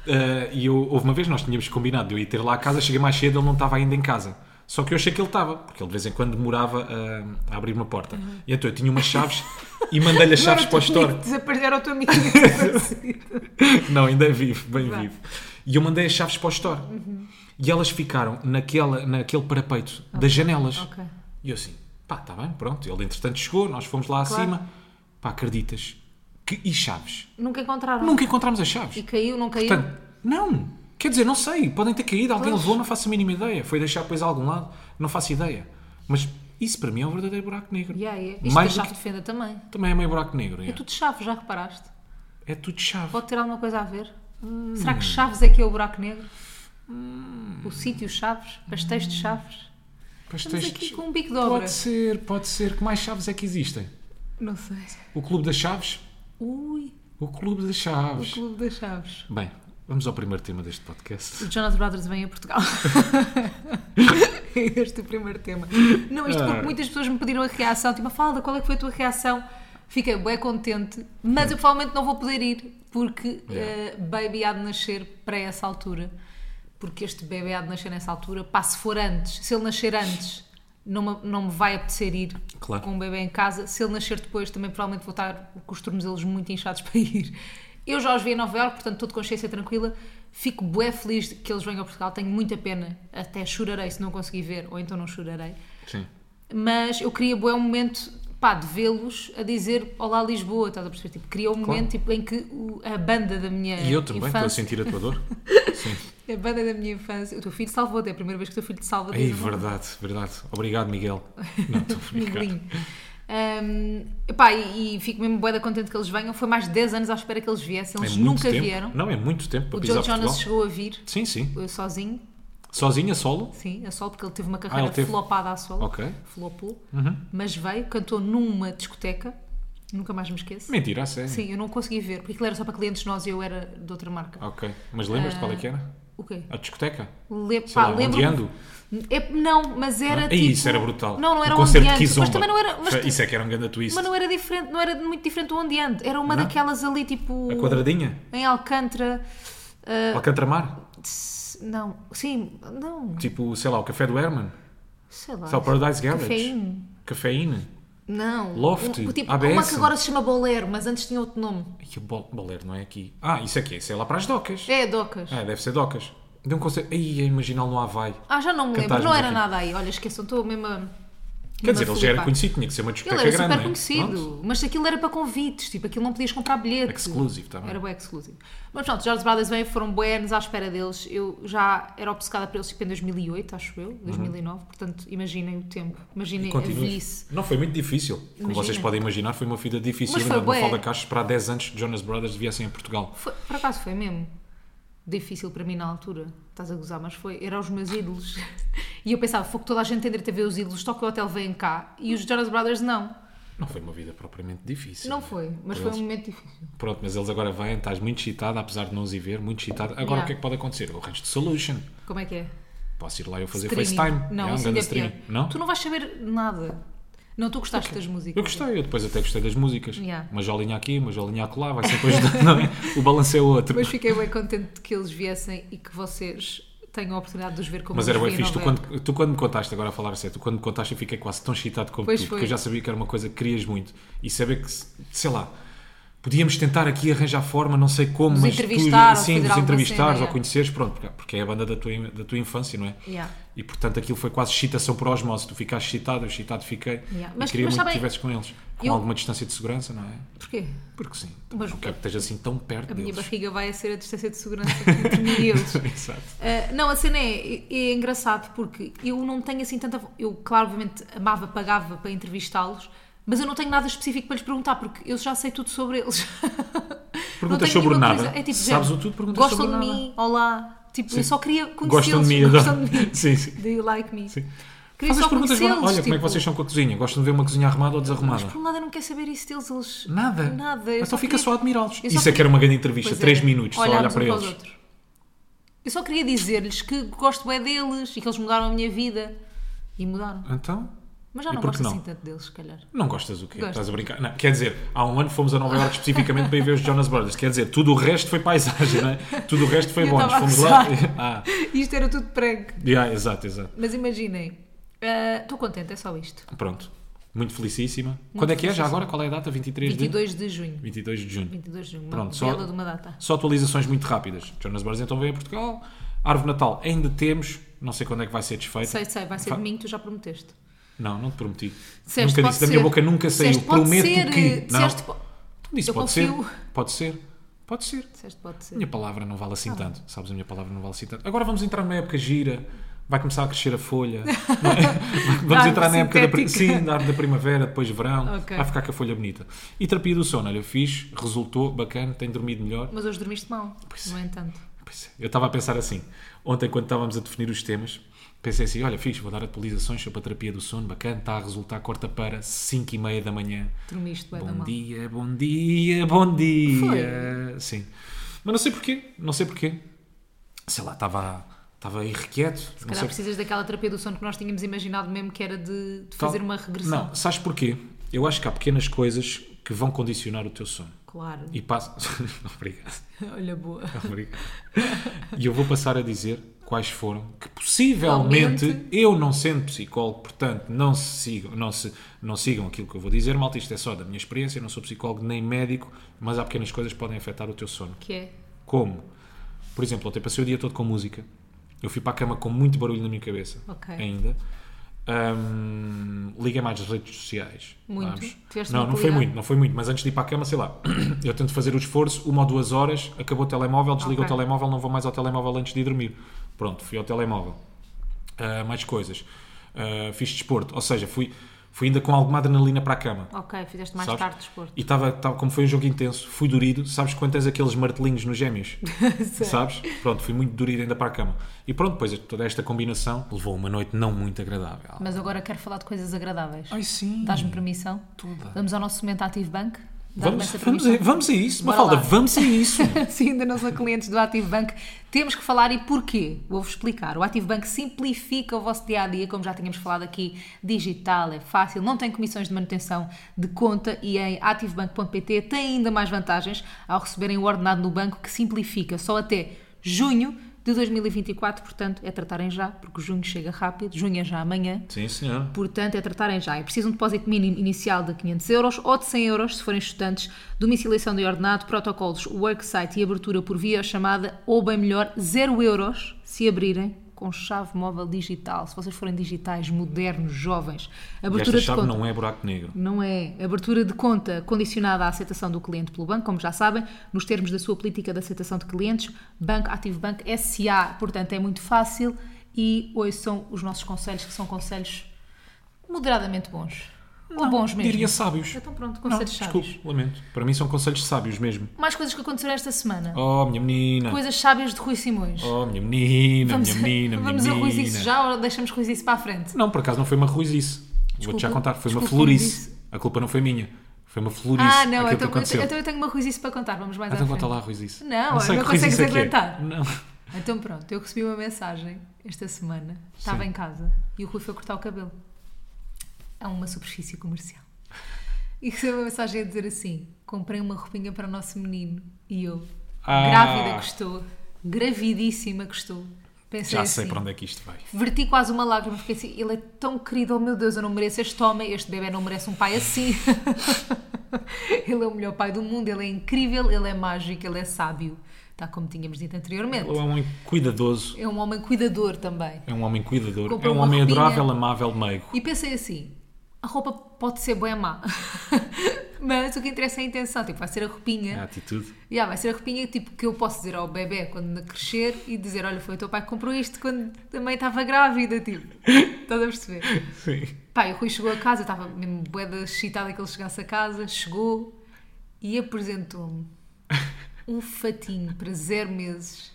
[SPEAKER 2] eh, e eu, houve uma vez, nós tínhamos combinado de eu ir ter lá a casa, cheguei mais cedo, ele não estava ainda em casa. Só que eu achei que ele estava, porque ele de vez em quando demorava eh, a abrir uma porta. E então eu tinha umas chaves e mandei-lhe as
[SPEAKER 1] Não era
[SPEAKER 2] chaves
[SPEAKER 1] o teu
[SPEAKER 2] para o store.
[SPEAKER 1] amigo é que Desapareceu, era o teu amigo. que desapareceu.
[SPEAKER 2] Não, ainda é vivo, bem
[SPEAKER 1] Vá. Uhum.
[SPEAKER 2] vivo. E eu mandei as chaves para o store. E elas ficaram naquela, naquele parapeito das janelas.
[SPEAKER 1] ok.
[SPEAKER 2] E eu assim, pá, está bem, pronto. Ele entretanto chegou, nós fomos lá
[SPEAKER 1] Claro.
[SPEAKER 2] acima. Pá, acreditas? Que, e chaves?
[SPEAKER 1] Nunca encontraram.
[SPEAKER 2] Nunca encontramos as chaves.
[SPEAKER 1] E caiu, não caiu.
[SPEAKER 2] Portanto, não. Quer dizer, não sei. Podem ter caído, alguém
[SPEAKER 1] Pois.
[SPEAKER 2] levou, não faço a mínima ideia. Foi deixar depois a algum lado, não faço ideia. Mas isso para mim é um verdadeiro buraco negro.
[SPEAKER 1] Yeah, yeah. Isto
[SPEAKER 2] Mais
[SPEAKER 1] da
[SPEAKER 2] do
[SPEAKER 1] chave
[SPEAKER 2] que-
[SPEAKER 1] de fenda também.
[SPEAKER 2] Também é meio buraco negro.
[SPEAKER 1] É
[SPEAKER 2] É,
[SPEAKER 1] tudo chave, já reparaste?
[SPEAKER 2] é tudo chave.
[SPEAKER 1] Pode ter alguma coisa a ver? Será que Chaves é que é o buraco negro? O sítio Chaves? Pastéis de Chaves?
[SPEAKER 2] Pois
[SPEAKER 1] Estamos
[SPEAKER 2] tens-
[SPEAKER 1] aqui com um bico de obra.
[SPEAKER 2] Pode ser, pode ser. Que mais chaves é que existem?
[SPEAKER 1] Não sei.
[SPEAKER 2] O Clube das Chaves?
[SPEAKER 1] Ui,
[SPEAKER 2] O Clube das
[SPEAKER 1] o
[SPEAKER 2] Chaves.
[SPEAKER 1] Clube das Chaves.
[SPEAKER 2] Bem, vamos ao primeiro tema deste podcast.
[SPEAKER 1] Os Jonas Brothers vêm a Portugal. este é o primeiro tema. Não, isto porque
[SPEAKER 2] Ah.
[SPEAKER 1] muitas pessoas me pediram a reação. Tipo, Falda, qual é que foi a tua reação? Fiquei bem contente, mas eu provavelmente não vou poder ir porque
[SPEAKER 2] Hum. Yeah.
[SPEAKER 1] eh, Baby há de nascer para essa altura. porque este bebê há de nascer nessa altura, pá, se for antes, se ele nascer antes, não me, não me vai apetecer ir
[SPEAKER 2] Claro.
[SPEAKER 1] com o bebê em casa. Se ele nascer depois, também provavelmente vou estar com os tornozelos muito inchados para ir. Eu já os vi em Nova Iorque, portanto estou de consciência tranquila. Fico bué feliz que eles venham a Portugal, tenho muita pena, até chorarei se não conseguir ver, ou então não chorarei.
[SPEAKER 2] Sim.
[SPEAKER 1] Mas eu queria bué um momento pá, de vê-los a dizer Olá Lisboa, estás a perceber? Tipo, queria um momento tipo, em que o- a banda da minha
[SPEAKER 2] E eu também, assim. estou a
[SPEAKER 1] É, infância
[SPEAKER 2] sentir a tua dor. É Sim.
[SPEAKER 1] a banda da minha infância. O teu filho salvou-te, é a primeira vez que o teu filho te salva.
[SPEAKER 2] Ei,
[SPEAKER 1] de-
[SPEAKER 2] verdade, verdade. Obrigado, Miguel. Não, estou a
[SPEAKER 1] no
[SPEAKER 2] brincar.
[SPEAKER 1] bolinho. Hum, epá, e, e fico mesmo boeda contente que eles venham. Foi mais de 10 anos à espera que eles viessem.
[SPEAKER 2] É
[SPEAKER 1] Eles
[SPEAKER 2] muito
[SPEAKER 1] nunca
[SPEAKER 2] tempo.
[SPEAKER 1] vieram.
[SPEAKER 2] Não, é muito tempo para
[SPEAKER 1] O
[SPEAKER 2] pisar
[SPEAKER 1] Joe
[SPEAKER 2] Portugal.
[SPEAKER 1] Jonas chegou a vir
[SPEAKER 2] Sim, sim.
[SPEAKER 1] eh, sozinho,
[SPEAKER 2] Sozinha, solo?
[SPEAKER 1] sim, a solo, porque ele teve uma carreira
[SPEAKER 2] Ah, ele teve-
[SPEAKER 1] flopada à solo.
[SPEAKER 2] Ok. Uhum.
[SPEAKER 1] Flopou. Mas veio, cantou numa discoteca. Nunca mais me esqueço.
[SPEAKER 2] Mentira, a sério.
[SPEAKER 1] Sim, eu não consegui ver, porque aquilo era só para clientes nós e eu era de outra marca.
[SPEAKER 2] Ok. Mas lembras-te qual é
[SPEAKER 1] Ah.
[SPEAKER 2] que era?
[SPEAKER 1] O quê?
[SPEAKER 2] A discoteca?
[SPEAKER 1] Le...
[SPEAKER 2] Sei
[SPEAKER 1] Pá,
[SPEAKER 2] lá, um
[SPEAKER 1] lembro
[SPEAKER 2] ondeando?
[SPEAKER 1] é, Não, mas era
[SPEAKER 2] Ah,
[SPEAKER 1] tipo...
[SPEAKER 2] Ei, isso era brutal.
[SPEAKER 1] Não, não era
[SPEAKER 2] um concerto de
[SPEAKER 1] ondeando,
[SPEAKER 2] Kizomba.
[SPEAKER 1] Mas também não era... mas
[SPEAKER 2] Fe- Isso é que era um grande twist.
[SPEAKER 1] Mas não era diferente, não era muito diferente do onde ando. Era uma
[SPEAKER 2] Não? é?
[SPEAKER 1] daquelas ali, tipo.
[SPEAKER 2] A quadradinha?
[SPEAKER 1] Em Alcântara. ah,
[SPEAKER 2] Alcantramar?
[SPEAKER 1] s- não, sim, não.
[SPEAKER 2] Tipo, sei lá, o Café do Herman?
[SPEAKER 1] Sei lá.
[SPEAKER 2] Sei lá, Paradise Garage?
[SPEAKER 1] Cafeína.
[SPEAKER 2] Cafeína?
[SPEAKER 1] Não.
[SPEAKER 2] Loft,
[SPEAKER 1] Um, tipo,
[SPEAKER 2] ABS.
[SPEAKER 1] uma que agora se chama Bolero, mas antes tinha outro nome.
[SPEAKER 2] Ai, o bol- bolero não é aqui. Ah, isso aqui é, isso é lá para as docas.
[SPEAKER 1] É, Docas.
[SPEAKER 2] Ah, deve ser docas. De um concerto... Ai, a imaginá-lo no Havaí.
[SPEAKER 1] Ah, já não me lembro.
[SPEAKER 2] Cantares
[SPEAKER 1] Não
[SPEAKER 2] muito
[SPEAKER 1] era
[SPEAKER 2] aqui.
[SPEAKER 1] nada aí. Olha, esqueçam, estou mesmo a.
[SPEAKER 2] Quer
[SPEAKER 1] mesmo
[SPEAKER 2] dizer,
[SPEAKER 1] a
[SPEAKER 2] ele já era
[SPEAKER 1] flipar.
[SPEAKER 2] conhecido, tinha que ser uma
[SPEAKER 1] Ele
[SPEAKER 2] discoteca
[SPEAKER 1] era
[SPEAKER 2] grande,
[SPEAKER 1] super
[SPEAKER 2] né? Pronto.
[SPEAKER 1] conhecido, mas aquilo era para convites, tipo, aquilo não podias comprar bilhete.
[SPEAKER 2] Exclusive também.
[SPEAKER 1] Era bué exclusive. Mas pronto, Jorge Brothers veio, foram buenos à espera deles. Eu já era obcecada por eles tipo em 2008, acho
[SPEAKER 2] Uhum.
[SPEAKER 1] eu, 2009, portanto imaginem o tempo, imaginem a
[SPEAKER 2] Continua.
[SPEAKER 1] velhice.
[SPEAKER 2] Não foi muito difícil. Como
[SPEAKER 1] Imagina.
[SPEAKER 2] vocês podem imaginar, foi uma vida difícil.
[SPEAKER 1] Mas
[SPEAKER 2] Ainda
[SPEAKER 1] foi
[SPEAKER 2] não
[SPEAKER 1] bué.
[SPEAKER 2] falo da caixa esperar 10 anos que Jonas Brothers viessem a Portugal.
[SPEAKER 1] Foi, por acaso foi mesmo difícil para mim na altura, estás a gozar, mas foi. Eram os meus ídolos. e eu pensava, foi que toda a gente tem direito a ver os ídolos, Tokyo Hotel vêm cá e os Jonas Brothers não.
[SPEAKER 2] Não foi uma vida propriamente difícil.
[SPEAKER 1] Não foi, mas
[SPEAKER 2] Por
[SPEAKER 1] foi um momento difícil.
[SPEAKER 2] Pronto, mas eles agora vêm, estás muito excitada, apesar de não os ir ver, muito excitada. Agora
[SPEAKER 1] Yeah.
[SPEAKER 2] o que é que pode acontecer? O resto de solution.
[SPEAKER 1] Como é que é?
[SPEAKER 2] Posso ir lá eu fazer
[SPEAKER 1] Streaming.
[SPEAKER 2] FaceTime.
[SPEAKER 1] Não,
[SPEAKER 2] Yeah,
[SPEAKER 1] isso
[SPEAKER 2] um
[SPEAKER 1] ainda
[SPEAKER 2] grande
[SPEAKER 1] é pior.
[SPEAKER 2] streaming. Não?
[SPEAKER 1] Tu não vais saber nada. Não, tu gostaste das músicas.
[SPEAKER 2] Eu gostei, eu depois até gostei das músicas.
[SPEAKER 1] Yeah.
[SPEAKER 2] Uma jolinha aqui, uma jolinha acolá, vai sempre ajudando, não é? O balanço é outro.
[SPEAKER 1] Mas
[SPEAKER 2] Mas,
[SPEAKER 1] fiquei bem contente de que eles viessem e que vocês tenham a oportunidade de os ver como
[SPEAKER 2] era
[SPEAKER 1] eu os
[SPEAKER 2] bem
[SPEAKER 1] vi em
[SPEAKER 2] fixe. Tu
[SPEAKER 1] Nova Iorque.
[SPEAKER 2] quando, tu quando me contaste, agora a falar a sério, tu quando me contaste eu fiquei quase tão excitado como
[SPEAKER 1] Pois
[SPEAKER 2] tu,
[SPEAKER 1] foi.
[SPEAKER 2] porque eu já sabia que era uma coisa que querias muito. E saber que, sei lá, podíamos tentar aqui arranjar forma, não sei como,
[SPEAKER 1] Nos
[SPEAKER 2] mas
[SPEAKER 1] entrevistar ou
[SPEAKER 2] tu, sim,
[SPEAKER 1] fazer
[SPEAKER 2] nos
[SPEAKER 1] alguma
[SPEAKER 2] entrevistares
[SPEAKER 1] cena,
[SPEAKER 2] ou
[SPEAKER 1] yeah.
[SPEAKER 2] conheceres, pronto, porque- porque é a banda da tua, da tua infância, não é?
[SPEAKER 1] Yeah.
[SPEAKER 2] E portanto aquilo foi quase excitação por osmose. Tu ficaste excitado, eu excitado fiquei.
[SPEAKER 1] Yeah.
[SPEAKER 2] E
[SPEAKER 1] Mas-
[SPEAKER 2] queria
[SPEAKER 1] mas
[SPEAKER 2] muito que
[SPEAKER 1] sabem,
[SPEAKER 2] estivesse com eles. Com
[SPEAKER 1] eu-
[SPEAKER 2] alguma distância de segurança, não é?
[SPEAKER 1] Porquê?
[SPEAKER 2] Porque sim.
[SPEAKER 1] Mas-
[SPEAKER 2] não quero que estejas assim tão perto
[SPEAKER 1] A minha é
[SPEAKER 2] deles.
[SPEAKER 1] barriga vai a ser a distância de segurança entre mim e eles.
[SPEAKER 2] Exato.
[SPEAKER 1] Ah, não, a cena é, é engraçado porque eu não tenho assim tanta. vo- Eu, claro, obviamente, amava, pagava para entrevistá-los, mas eu não tenho nada específico para lhes perguntar porque eu já sei tudo sobre eles. Não tenho
[SPEAKER 2] sobre
[SPEAKER 1] nenhuma
[SPEAKER 2] nada.
[SPEAKER 1] curiosidade. É tipo,
[SPEAKER 2] Se sabes
[SPEAKER 1] género,
[SPEAKER 2] o tudo, perguntas
[SPEAKER 1] Gostam
[SPEAKER 2] sobre
[SPEAKER 1] de
[SPEAKER 2] nada.
[SPEAKER 1] mim? Olá. Tipo, eu só queria
[SPEAKER 2] Gostam
[SPEAKER 1] conhecê-los.
[SPEAKER 2] de mim,
[SPEAKER 1] Gostam
[SPEAKER 2] adoro.
[SPEAKER 1] de mim.
[SPEAKER 2] Sim, sim.
[SPEAKER 1] Do you like me?
[SPEAKER 2] Sim.
[SPEAKER 1] Queria
[SPEAKER 2] Faz
[SPEAKER 1] só
[SPEAKER 2] as perguntas
[SPEAKER 1] conhecê-los.
[SPEAKER 2] agora. Olha, como é que
[SPEAKER 1] tipo,
[SPEAKER 2] vocês são com a cozinha? Gostam de ver uma cozinha arrumada ou desarrumada?
[SPEAKER 1] Por um lado, eu não quero saber isso deles. Eles...
[SPEAKER 2] Nada.
[SPEAKER 1] Nada.
[SPEAKER 2] Eu só fica
[SPEAKER 1] queria-
[SPEAKER 2] só a admirá-los.
[SPEAKER 1] eu
[SPEAKER 2] Isso
[SPEAKER 1] só
[SPEAKER 2] é que era uma grande entrevista.
[SPEAKER 1] Pois
[SPEAKER 2] 3
[SPEAKER 1] era.
[SPEAKER 2] minutos, só olhar
[SPEAKER 1] Olhámos
[SPEAKER 2] para
[SPEAKER 1] um os
[SPEAKER 2] eles.
[SPEAKER 1] outros. Eu só queria dizer-lhes que gosto bem deles e que eles mudaram a minha vida. E mudaram.
[SPEAKER 2] Então?
[SPEAKER 1] Mas já
[SPEAKER 2] E
[SPEAKER 1] não
[SPEAKER 2] por que
[SPEAKER 1] gosto
[SPEAKER 2] não?
[SPEAKER 1] assim tanto deles, se calhar.
[SPEAKER 2] Não gostas o quê?
[SPEAKER 1] Gosto.
[SPEAKER 2] Estás a brincar? Não, quer dizer, há um ano fomos a Nova Iorque especificamente para ir ver os Jonas Brothers. Quer dizer, tudo o resto foi paisagem, não é? Tudo o resto foi
[SPEAKER 1] Eu
[SPEAKER 2] bónus.
[SPEAKER 1] estava a
[SPEAKER 2] Fomos lá.
[SPEAKER 1] gozar.
[SPEAKER 2] ah,
[SPEAKER 1] Isto era tudo prego.
[SPEAKER 2] yeah, exato, exato.
[SPEAKER 1] Mas imaginem. ah, Estou contente, é só isto.
[SPEAKER 2] Pronto. Muito felicíssima. Quando é que é já agora? Qual é a data? 23 de
[SPEAKER 1] 22 de junho.
[SPEAKER 2] 22 de junho.
[SPEAKER 1] 22 de junho. Uma
[SPEAKER 2] Pronto, só-
[SPEAKER 1] bela de uma data.
[SPEAKER 2] Só atualizações muito rápidas. Jonas Brothers então vem a Portugal. Árvore de Natal ainda temos. Não sei quando é que vai ser desfeita.
[SPEAKER 1] Sei, sei, vai ser
[SPEAKER 2] Fa-
[SPEAKER 1] domingo, tu já prometeste.
[SPEAKER 2] Não, não te prometi.
[SPEAKER 1] Disseste,
[SPEAKER 2] nunca
[SPEAKER 1] pode
[SPEAKER 2] disse. Da minha
[SPEAKER 1] ser.
[SPEAKER 2] boca nunca saiu.
[SPEAKER 1] Disseste, pode
[SPEAKER 2] Prometo
[SPEAKER 1] ser, eh,
[SPEAKER 2] que.
[SPEAKER 1] disseste,
[SPEAKER 2] não.
[SPEAKER 1] po-
[SPEAKER 2] Tu me disse,
[SPEAKER 1] Eu
[SPEAKER 2] pode
[SPEAKER 1] confio.
[SPEAKER 2] ser. Pode ser. Pode ser.
[SPEAKER 1] disseste pode
[SPEAKER 2] A
[SPEAKER 1] ser.
[SPEAKER 2] minha palavra não
[SPEAKER 1] Ah.
[SPEAKER 2] vale assim tanto. Sabes, a minha palavra não vale assim tanto. Agora vamos entrar numa época gira. Vai começar a crescer a folha. vamos
[SPEAKER 1] Árvore
[SPEAKER 2] entrar na época da, pri-
[SPEAKER 1] sintética.
[SPEAKER 2] sim, da árvore da primavera, depois verão.
[SPEAKER 1] Ok.
[SPEAKER 2] Vai ficar com a folha bonita. E terapia do sono. Olha, eu fiz, resultou, bacana, tenho dormido melhor.
[SPEAKER 1] Mas hoje dormiste mal, no entanto.
[SPEAKER 2] Pois é, Eu estava a pensar assim, ontem quando estávamos a definir os temas, pensei assim, olha, fixe, vou dar atualizações sobre a terapia do sono, bacana, está a resultar, corta para 5 e meia da manhã.
[SPEAKER 1] Dormiste bem da
[SPEAKER 2] Bom
[SPEAKER 1] mal.
[SPEAKER 2] dia, bom dia, bom dia. Sim. Mas não sei porquê, não sei porquê. Sei lá, estava, estava irrequieto.
[SPEAKER 1] Se calhar precisas daquela terapia do sono que nós tínhamos imaginado mesmo que era de, de fazer uma regressão.
[SPEAKER 2] Então, Não, sabes porquê? Eu acho que há pequenas coisas que vão condicionar o teu sono.
[SPEAKER 1] Claro.
[SPEAKER 2] E passo... Obrigado. Então.
[SPEAKER 1] Olha, boa.
[SPEAKER 2] Obrigado. E eu vou passar a dizer quais foram, que possivelmente
[SPEAKER 1] Realmente.
[SPEAKER 2] eu não sendo psicólogo, portanto não se sigam, não se não sigam aquilo que eu vou dizer, malta, isto é só da minha experiência, eu não sou psicólogo nem médico, mas há pequenas coisas que podem afetar o teu sono.
[SPEAKER 1] Que é.
[SPEAKER 2] Como? Por exemplo, ontem passei o dia todo com música. Eu fui para a cama com muito barulho na minha cabeça.
[SPEAKER 1] Ok.
[SPEAKER 2] Ainda. Ahm, liguei mais as redes sociais.
[SPEAKER 1] Muito?
[SPEAKER 2] Sabes?
[SPEAKER 1] Tiveste
[SPEAKER 2] Não,
[SPEAKER 1] uma
[SPEAKER 2] não foi
[SPEAKER 1] cuidado?
[SPEAKER 2] muito, não foi muito, mas antes de ir para a cama, sei lá, eu tento fazer o esforço, uma ou duas horas, acabou o telemóvel, desligo
[SPEAKER 1] Ok.
[SPEAKER 2] o telemóvel, não vou mais ao telemóvel antes de ir dormir. Pronto, fui ao telemóvel. Ah, mais coisas. Ah, fiz desporto, ou seja, fui, fui ainda com alguma adrenalina para a cama.
[SPEAKER 1] Ok, fizeste mais
[SPEAKER 2] Sabes?
[SPEAKER 1] tarde desporto.
[SPEAKER 2] E estava, estava- como foi um jogo intenso, fui durido. Sabes quando tens aqueles martelinhos nos gêmeos? sabes? Pronto, fui muito durido ainda para a cama. E pronto, depois toda esta combinação levou uma noite não muito agradável.
[SPEAKER 1] Mas agora quero falar de coisas agradáveis.
[SPEAKER 2] Ai sim!
[SPEAKER 1] Dás-me permissão?
[SPEAKER 2] Toda.
[SPEAKER 1] Vamos ao nosso momento Active Bank? Dás-me
[SPEAKER 2] Vamos,
[SPEAKER 1] essa
[SPEAKER 2] vamos, a,
[SPEAKER 1] permissão?
[SPEAKER 2] vamos a isso,
[SPEAKER 1] Bora
[SPEAKER 2] Mafalda,
[SPEAKER 1] lá.
[SPEAKER 2] vamos a isso!
[SPEAKER 1] Sim, ainda não sou clientes do Active Bank. Temos que falar e porquê? Vou-vos explicar. O Active Bank simplifica o vosso dia a dia, como já tínhamos falado aqui. Digital, é fácil, não tem comissões de manutenção de conta e em ativebank.pt tem ainda mais vantagens ao receberem o ordenado no banco que simplifica só até junho de 2024. Portanto, é tratarem já, porque junho chega rápido, junho é já amanhã.
[SPEAKER 2] sim, senhor.
[SPEAKER 1] Portanto, é tratarem já. É preciso um depósito mínimo inicial de 500 euros ou de 100 euros se forem estudantes, domiciliação de ordenado, protocolos, worksite e abertura por via chamada, ou bem melhor, 0 euros se abrirem com chave móvel digital. Se vocês forem digitais, modernos, jovens,
[SPEAKER 2] E
[SPEAKER 1] abertura
[SPEAKER 2] esta
[SPEAKER 1] de
[SPEAKER 2] chave
[SPEAKER 1] conta.
[SPEAKER 2] não é buraco negro.
[SPEAKER 1] Não é. Abertura de conta condicionada à aceitação do cliente pelo banco, como já sabem, nos termos da sua política de aceitação de clientes, Banco Ativo Banco SA. Portanto, é muito fácil e hoje são os nossos conselhos, que são conselhos moderadamente bons. Ou bons mesmo.
[SPEAKER 2] Diria sábios.
[SPEAKER 1] Então pronto,
[SPEAKER 2] Não,
[SPEAKER 1] conselhos sábios.
[SPEAKER 2] desculpe, lamento. Para mim são conselhos sábios mesmo.
[SPEAKER 1] Mais coisas que aconteceram esta semana.
[SPEAKER 2] Oh, minha menina!
[SPEAKER 1] Coisas sábias de Rui Simões.
[SPEAKER 2] Oh, minha menina, minha menina, minha
[SPEAKER 1] vamos a Rui
[SPEAKER 2] menina.
[SPEAKER 1] Isso já ou deixamos Rui Isso para a frente?
[SPEAKER 2] Não, por acaso não foi uma ruizice. Vou-te já contar, foi uma
[SPEAKER 1] desculpa,
[SPEAKER 2] florice. A culpa não foi minha. Foi uma florice.
[SPEAKER 1] ah, não,
[SPEAKER 2] aquilo que
[SPEAKER 1] então,
[SPEAKER 2] aconteceu.
[SPEAKER 1] então eu tenho uma Rui Isso para contar. Vamos mais à
[SPEAKER 2] Então
[SPEAKER 1] frente.
[SPEAKER 2] conta lá, ruizice.
[SPEAKER 1] Não,
[SPEAKER 2] sei
[SPEAKER 1] não
[SPEAKER 2] que ruizice
[SPEAKER 1] consegues
[SPEAKER 2] é que é.
[SPEAKER 1] aguentar.
[SPEAKER 2] Não.
[SPEAKER 1] Então pronto, eu recebi uma mensagem esta semana. Estava
[SPEAKER 2] Sim.
[SPEAKER 1] em casa e o Rui foi cortar o cabelo a uma superfície comercial. E recebi uma mensagem a dizer assim: comprei uma roupinha para o nosso menino. E eu,
[SPEAKER 2] Ah.
[SPEAKER 1] grávida que estou, gravidíssima que estou, pensei
[SPEAKER 2] Já
[SPEAKER 1] assim.
[SPEAKER 2] sei para onde é que isto vai.
[SPEAKER 1] Verti quase uma lágrima, fiquei assim, ele é tão querido, oh meu Deus, eu não mereço este homem, este bebê não merece um pai assim. ele é o melhor pai do mundo, ele é incrível, ele é mágico, ele é sábio, está como tínhamos dito anteriormente.
[SPEAKER 2] Ele é um homem cuidadoso,
[SPEAKER 1] É um homem cuidador também.
[SPEAKER 2] é um homem cuidador,
[SPEAKER 1] Comprou
[SPEAKER 2] é um
[SPEAKER 1] uma
[SPEAKER 2] homem
[SPEAKER 1] roupinha.
[SPEAKER 2] adorável, amável, meigo.
[SPEAKER 1] E pensei assim: a roupa pode ser boa e má, mas o que interessa é a intenção. Tipo, vai ser a
[SPEAKER 2] É a
[SPEAKER 1] roupinha.
[SPEAKER 2] atitude.
[SPEAKER 1] Yeah, vai ser a roupinha tipo, que eu posso dizer ao bebê quando crescer e dizer: Olha, foi o teu pai que comprou isto quando a mãe estava grávida. Tipo, estás a perceber?
[SPEAKER 2] Sim.
[SPEAKER 1] Pá, e o Rui chegou a casa, eu estava mesmo boeda excitada que ele chegasse a casa, chegou e apresentou-me um fatinho para zero meses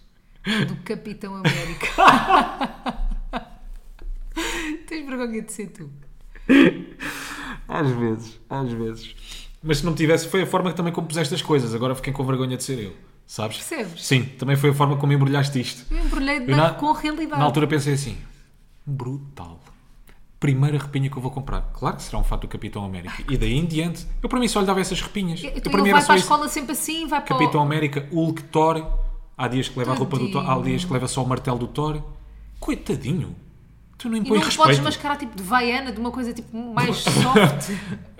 [SPEAKER 1] do Capitão América. Tens vergonha de ser tu.
[SPEAKER 2] Às vezes, às vezes. Mas se não tivesse, foi a forma que também compuseste as coisas. Agora fiquei com vergonha de ser eu. Sabes?
[SPEAKER 1] Percebes?
[SPEAKER 2] Sim, também foi a forma como embrulhaste isto.
[SPEAKER 1] Eu embrulhei de
[SPEAKER 2] Eu na-
[SPEAKER 1] banco com realidade.
[SPEAKER 2] Na altura pensei assim: brutal. Primeira repinha que eu vou comprar. Claro que será um fato do Capitão América. E daí em diante, eu para mim só lhe dava essas repinhas.
[SPEAKER 1] Eu,
[SPEAKER 2] Eu,
[SPEAKER 1] tu-
[SPEAKER 2] para
[SPEAKER 1] ele
[SPEAKER 2] mim
[SPEAKER 1] vai para
[SPEAKER 2] era só
[SPEAKER 1] a
[SPEAKER 2] isso.
[SPEAKER 1] escola sempre assim, vai para o-
[SPEAKER 2] Capitão América, Hulk, Thor. Há dias que leva a roupa do Thor, há
[SPEAKER 1] Tadinho.
[SPEAKER 2] dias que leva só o martelo do Thor. Coitadinho. Tu não
[SPEAKER 1] E não
[SPEAKER 2] impões
[SPEAKER 1] te podes
[SPEAKER 2] respeito.
[SPEAKER 1] mascarar tipo de vaiana, de uma coisa tipo mais soft.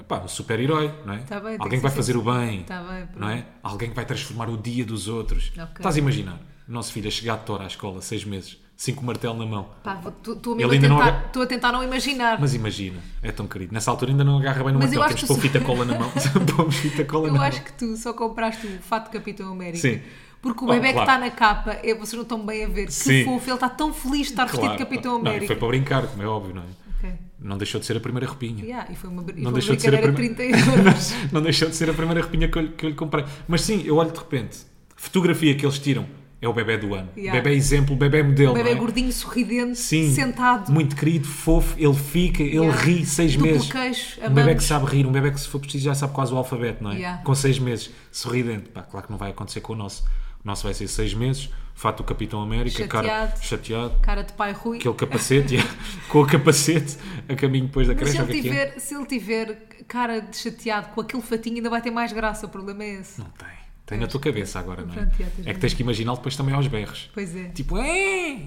[SPEAKER 2] Pá, um super-herói, não é?
[SPEAKER 1] Tá bem, tem que
[SPEAKER 2] Alguém que vai
[SPEAKER 1] ser
[SPEAKER 2] fazer o bem.
[SPEAKER 1] Tá bem, pronto.
[SPEAKER 2] não é? Alguém que vai transformar o dia dos outros.
[SPEAKER 1] Ok.
[SPEAKER 2] Estás a imaginar? O nosso filho a chegar de Thor à escola, seis meses, cinco martelo na mão.
[SPEAKER 1] Pá, vou- tu- tu
[SPEAKER 2] Ele
[SPEAKER 1] mesmo a
[SPEAKER 2] ainda não
[SPEAKER 1] tentar-
[SPEAKER 2] agra-
[SPEAKER 1] estou a tentar não imaginar.
[SPEAKER 2] Mas imagina, é tão querido. Nessa altura ainda não agarra bem no
[SPEAKER 1] Mas eu
[SPEAKER 2] martelo.
[SPEAKER 1] acho
[SPEAKER 2] Temos pôr
[SPEAKER 1] que
[SPEAKER 2] fita cola na mão. Pomos fita cola na
[SPEAKER 1] Eu
[SPEAKER 2] mão.
[SPEAKER 1] acho que tu só compraste o fato de Capitão América.
[SPEAKER 2] Sim.
[SPEAKER 1] Porque o
[SPEAKER 2] Oh,
[SPEAKER 1] bebê que
[SPEAKER 2] claro.
[SPEAKER 1] está na capa, é, vocês não estão bem a ver. Que
[SPEAKER 2] Sim.
[SPEAKER 1] fofo, ele está tão feliz de estar vestido
[SPEAKER 2] Claro.
[SPEAKER 1] de Capitão
[SPEAKER 2] Não, e
[SPEAKER 1] América.
[SPEAKER 2] foi para brincar, como é óbvio, não é?
[SPEAKER 1] Ok.
[SPEAKER 2] Não deixou de ser a primeira repinha.
[SPEAKER 1] Yeah, e foi uma, br- e foi
[SPEAKER 2] Não
[SPEAKER 1] uma
[SPEAKER 2] deixou de ser a
[SPEAKER 1] brincadeira de
[SPEAKER 2] primeira-
[SPEAKER 1] 30 euros.
[SPEAKER 2] Não deixou de ser a primeira repinha que eu, lhe- que eu lhe comprei. Mas sim, eu olho de repente. Fotografia que eles tiram é o bebê do ano.
[SPEAKER 1] Yeah.
[SPEAKER 2] Bebé exemplo, bebé modelo.
[SPEAKER 1] O bebê
[SPEAKER 2] não é?
[SPEAKER 1] gordinho, sorridente,
[SPEAKER 2] Sim,
[SPEAKER 1] sentado.
[SPEAKER 2] muito querido, fofo, ele fica, ele
[SPEAKER 1] Yeah.
[SPEAKER 2] ri seis
[SPEAKER 1] Duplo
[SPEAKER 2] meses.
[SPEAKER 1] queixo,
[SPEAKER 2] um bebé
[SPEAKER 1] amamos.
[SPEAKER 2] que sabe rir, um bebé que se for preciso já sabe quase o alfabeto, não é?
[SPEAKER 1] Yeah.
[SPEAKER 2] Com seis meses, sorridente. Pá, claro que não vai acontecer com o nosso. O nosso vai ser seis meses, fato do Capitão América, cara
[SPEAKER 1] Chateado.
[SPEAKER 2] chateado,
[SPEAKER 1] Cara de pai Rui.
[SPEAKER 2] aquele capacete, yeah, com o capacete a caminho depois da
[SPEAKER 1] Mas se
[SPEAKER 2] creche.
[SPEAKER 1] ele,
[SPEAKER 2] o que é que é?
[SPEAKER 1] tiver, se ele tiver cara de chateado com aquele fatinho, ainda vai ter mais graça. O problema é esse.
[SPEAKER 2] Não tem. Tem na tua cabeça agora, não é?
[SPEAKER 1] Pronto, já tens
[SPEAKER 2] É que tens que imaginar depois também aos berros.
[SPEAKER 1] Pois é.
[SPEAKER 2] Tipo, é!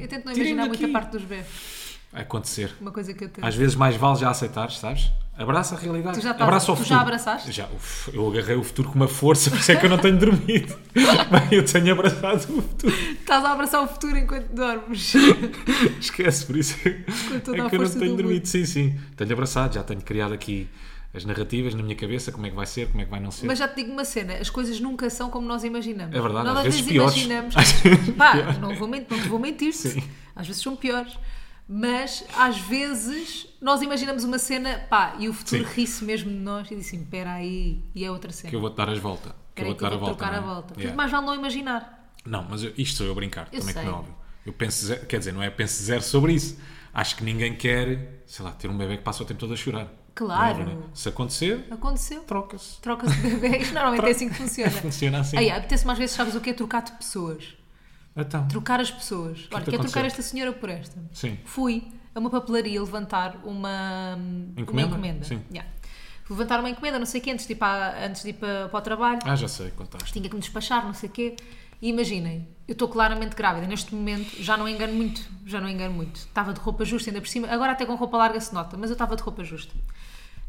[SPEAKER 1] Eu tento não
[SPEAKER 2] Tirem-me
[SPEAKER 1] imaginar muita
[SPEAKER 2] daqui.
[SPEAKER 1] parte dos berros.
[SPEAKER 2] a acontecer.
[SPEAKER 1] Uma coisa que eu tento.
[SPEAKER 2] Às vezes mais vale já aceitar, sabes? Abraça a realidade.
[SPEAKER 1] Tu já estás-
[SPEAKER 2] Abraça o
[SPEAKER 1] tu
[SPEAKER 2] futuro.
[SPEAKER 1] já abraçaste?
[SPEAKER 2] Já, uf, eu agarrei o futuro com uma força, por isso é que eu não tenho dormido. Bem, eu tenho abraçado o futuro.
[SPEAKER 1] Estás a abraçar o futuro enquanto dormes.
[SPEAKER 2] Esquece, por isso é
[SPEAKER 1] toda a
[SPEAKER 2] que eu não
[SPEAKER 1] força
[SPEAKER 2] tenho
[SPEAKER 1] do
[SPEAKER 2] dormido. Sim, sim. Tenho abraçado, já tenho criado aqui as narrativas na minha cabeça, como é que vai ser, como é que vai não ser.
[SPEAKER 1] Mas já te digo uma cena, as coisas nunca são como nós imaginamos.
[SPEAKER 2] É verdade,
[SPEAKER 1] nós
[SPEAKER 2] às vezes piores.
[SPEAKER 1] imaginamos.
[SPEAKER 2] Às vezes
[SPEAKER 1] Pá,
[SPEAKER 2] piores.
[SPEAKER 1] não, vou mentir, não te vou mentir-te. Às vezes são piores. Mas às vezes nós imaginamos uma cena, pá, e o futuro
[SPEAKER 2] Sim.
[SPEAKER 1] ri-se mesmo de nós e diz assim: espera aí, e é outra cena.
[SPEAKER 2] Que eu vou-te dar as voltas. Que
[SPEAKER 1] Espera
[SPEAKER 2] eu
[SPEAKER 1] aí
[SPEAKER 2] vou-te dar a volta.
[SPEAKER 1] trocar a
[SPEAKER 2] não é?
[SPEAKER 1] volta. Portanto,
[SPEAKER 2] Yeah.
[SPEAKER 1] mais vale não imaginar.
[SPEAKER 2] Não, mas eu- isto sou eu a brincar,
[SPEAKER 1] Eu
[SPEAKER 2] também
[SPEAKER 1] sei.
[SPEAKER 2] como é óbvio. Eu penso, zero- quer dizer, não é penso zero sobre isso. Acho que ninguém quer, sei lá, ter um bebê que passa o tempo todo a chorar.
[SPEAKER 1] Claro.
[SPEAKER 2] Não é, não é? Se acontecer,
[SPEAKER 1] Aconteceu.
[SPEAKER 2] troca-se.
[SPEAKER 1] Troca-se de bebê. Isto normalmente é assim que funciona.
[SPEAKER 2] Funciona assim.
[SPEAKER 1] Ai, apetece-me às vezes, sabes o que é trocar de pessoas.
[SPEAKER 2] Então,
[SPEAKER 1] Trocar as pessoas.
[SPEAKER 2] que
[SPEAKER 1] Olha,
[SPEAKER 2] te
[SPEAKER 1] quer trocar
[SPEAKER 2] aconteceu?
[SPEAKER 1] esta senhora por esta.
[SPEAKER 2] Sim.
[SPEAKER 1] Fui a uma papelaria levantar uma uma
[SPEAKER 2] Encomenda?
[SPEAKER 1] encomenda.
[SPEAKER 2] Sim.
[SPEAKER 1] Yeah. Fui levantar uma encomenda, não sei o quê, antes de ir para, antes de ir para, para o trabalho.
[SPEAKER 2] ah, já sei, contaste.
[SPEAKER 1] Tinha que me despachar, não sei o quê. E imaginem, eu estou claramente grávida. Neste momento já não engano muito. Já não engano muito. Estava de roupa justa ainda por cima. Agora até com roupa larga se nota, mas eu estava de roupa justa.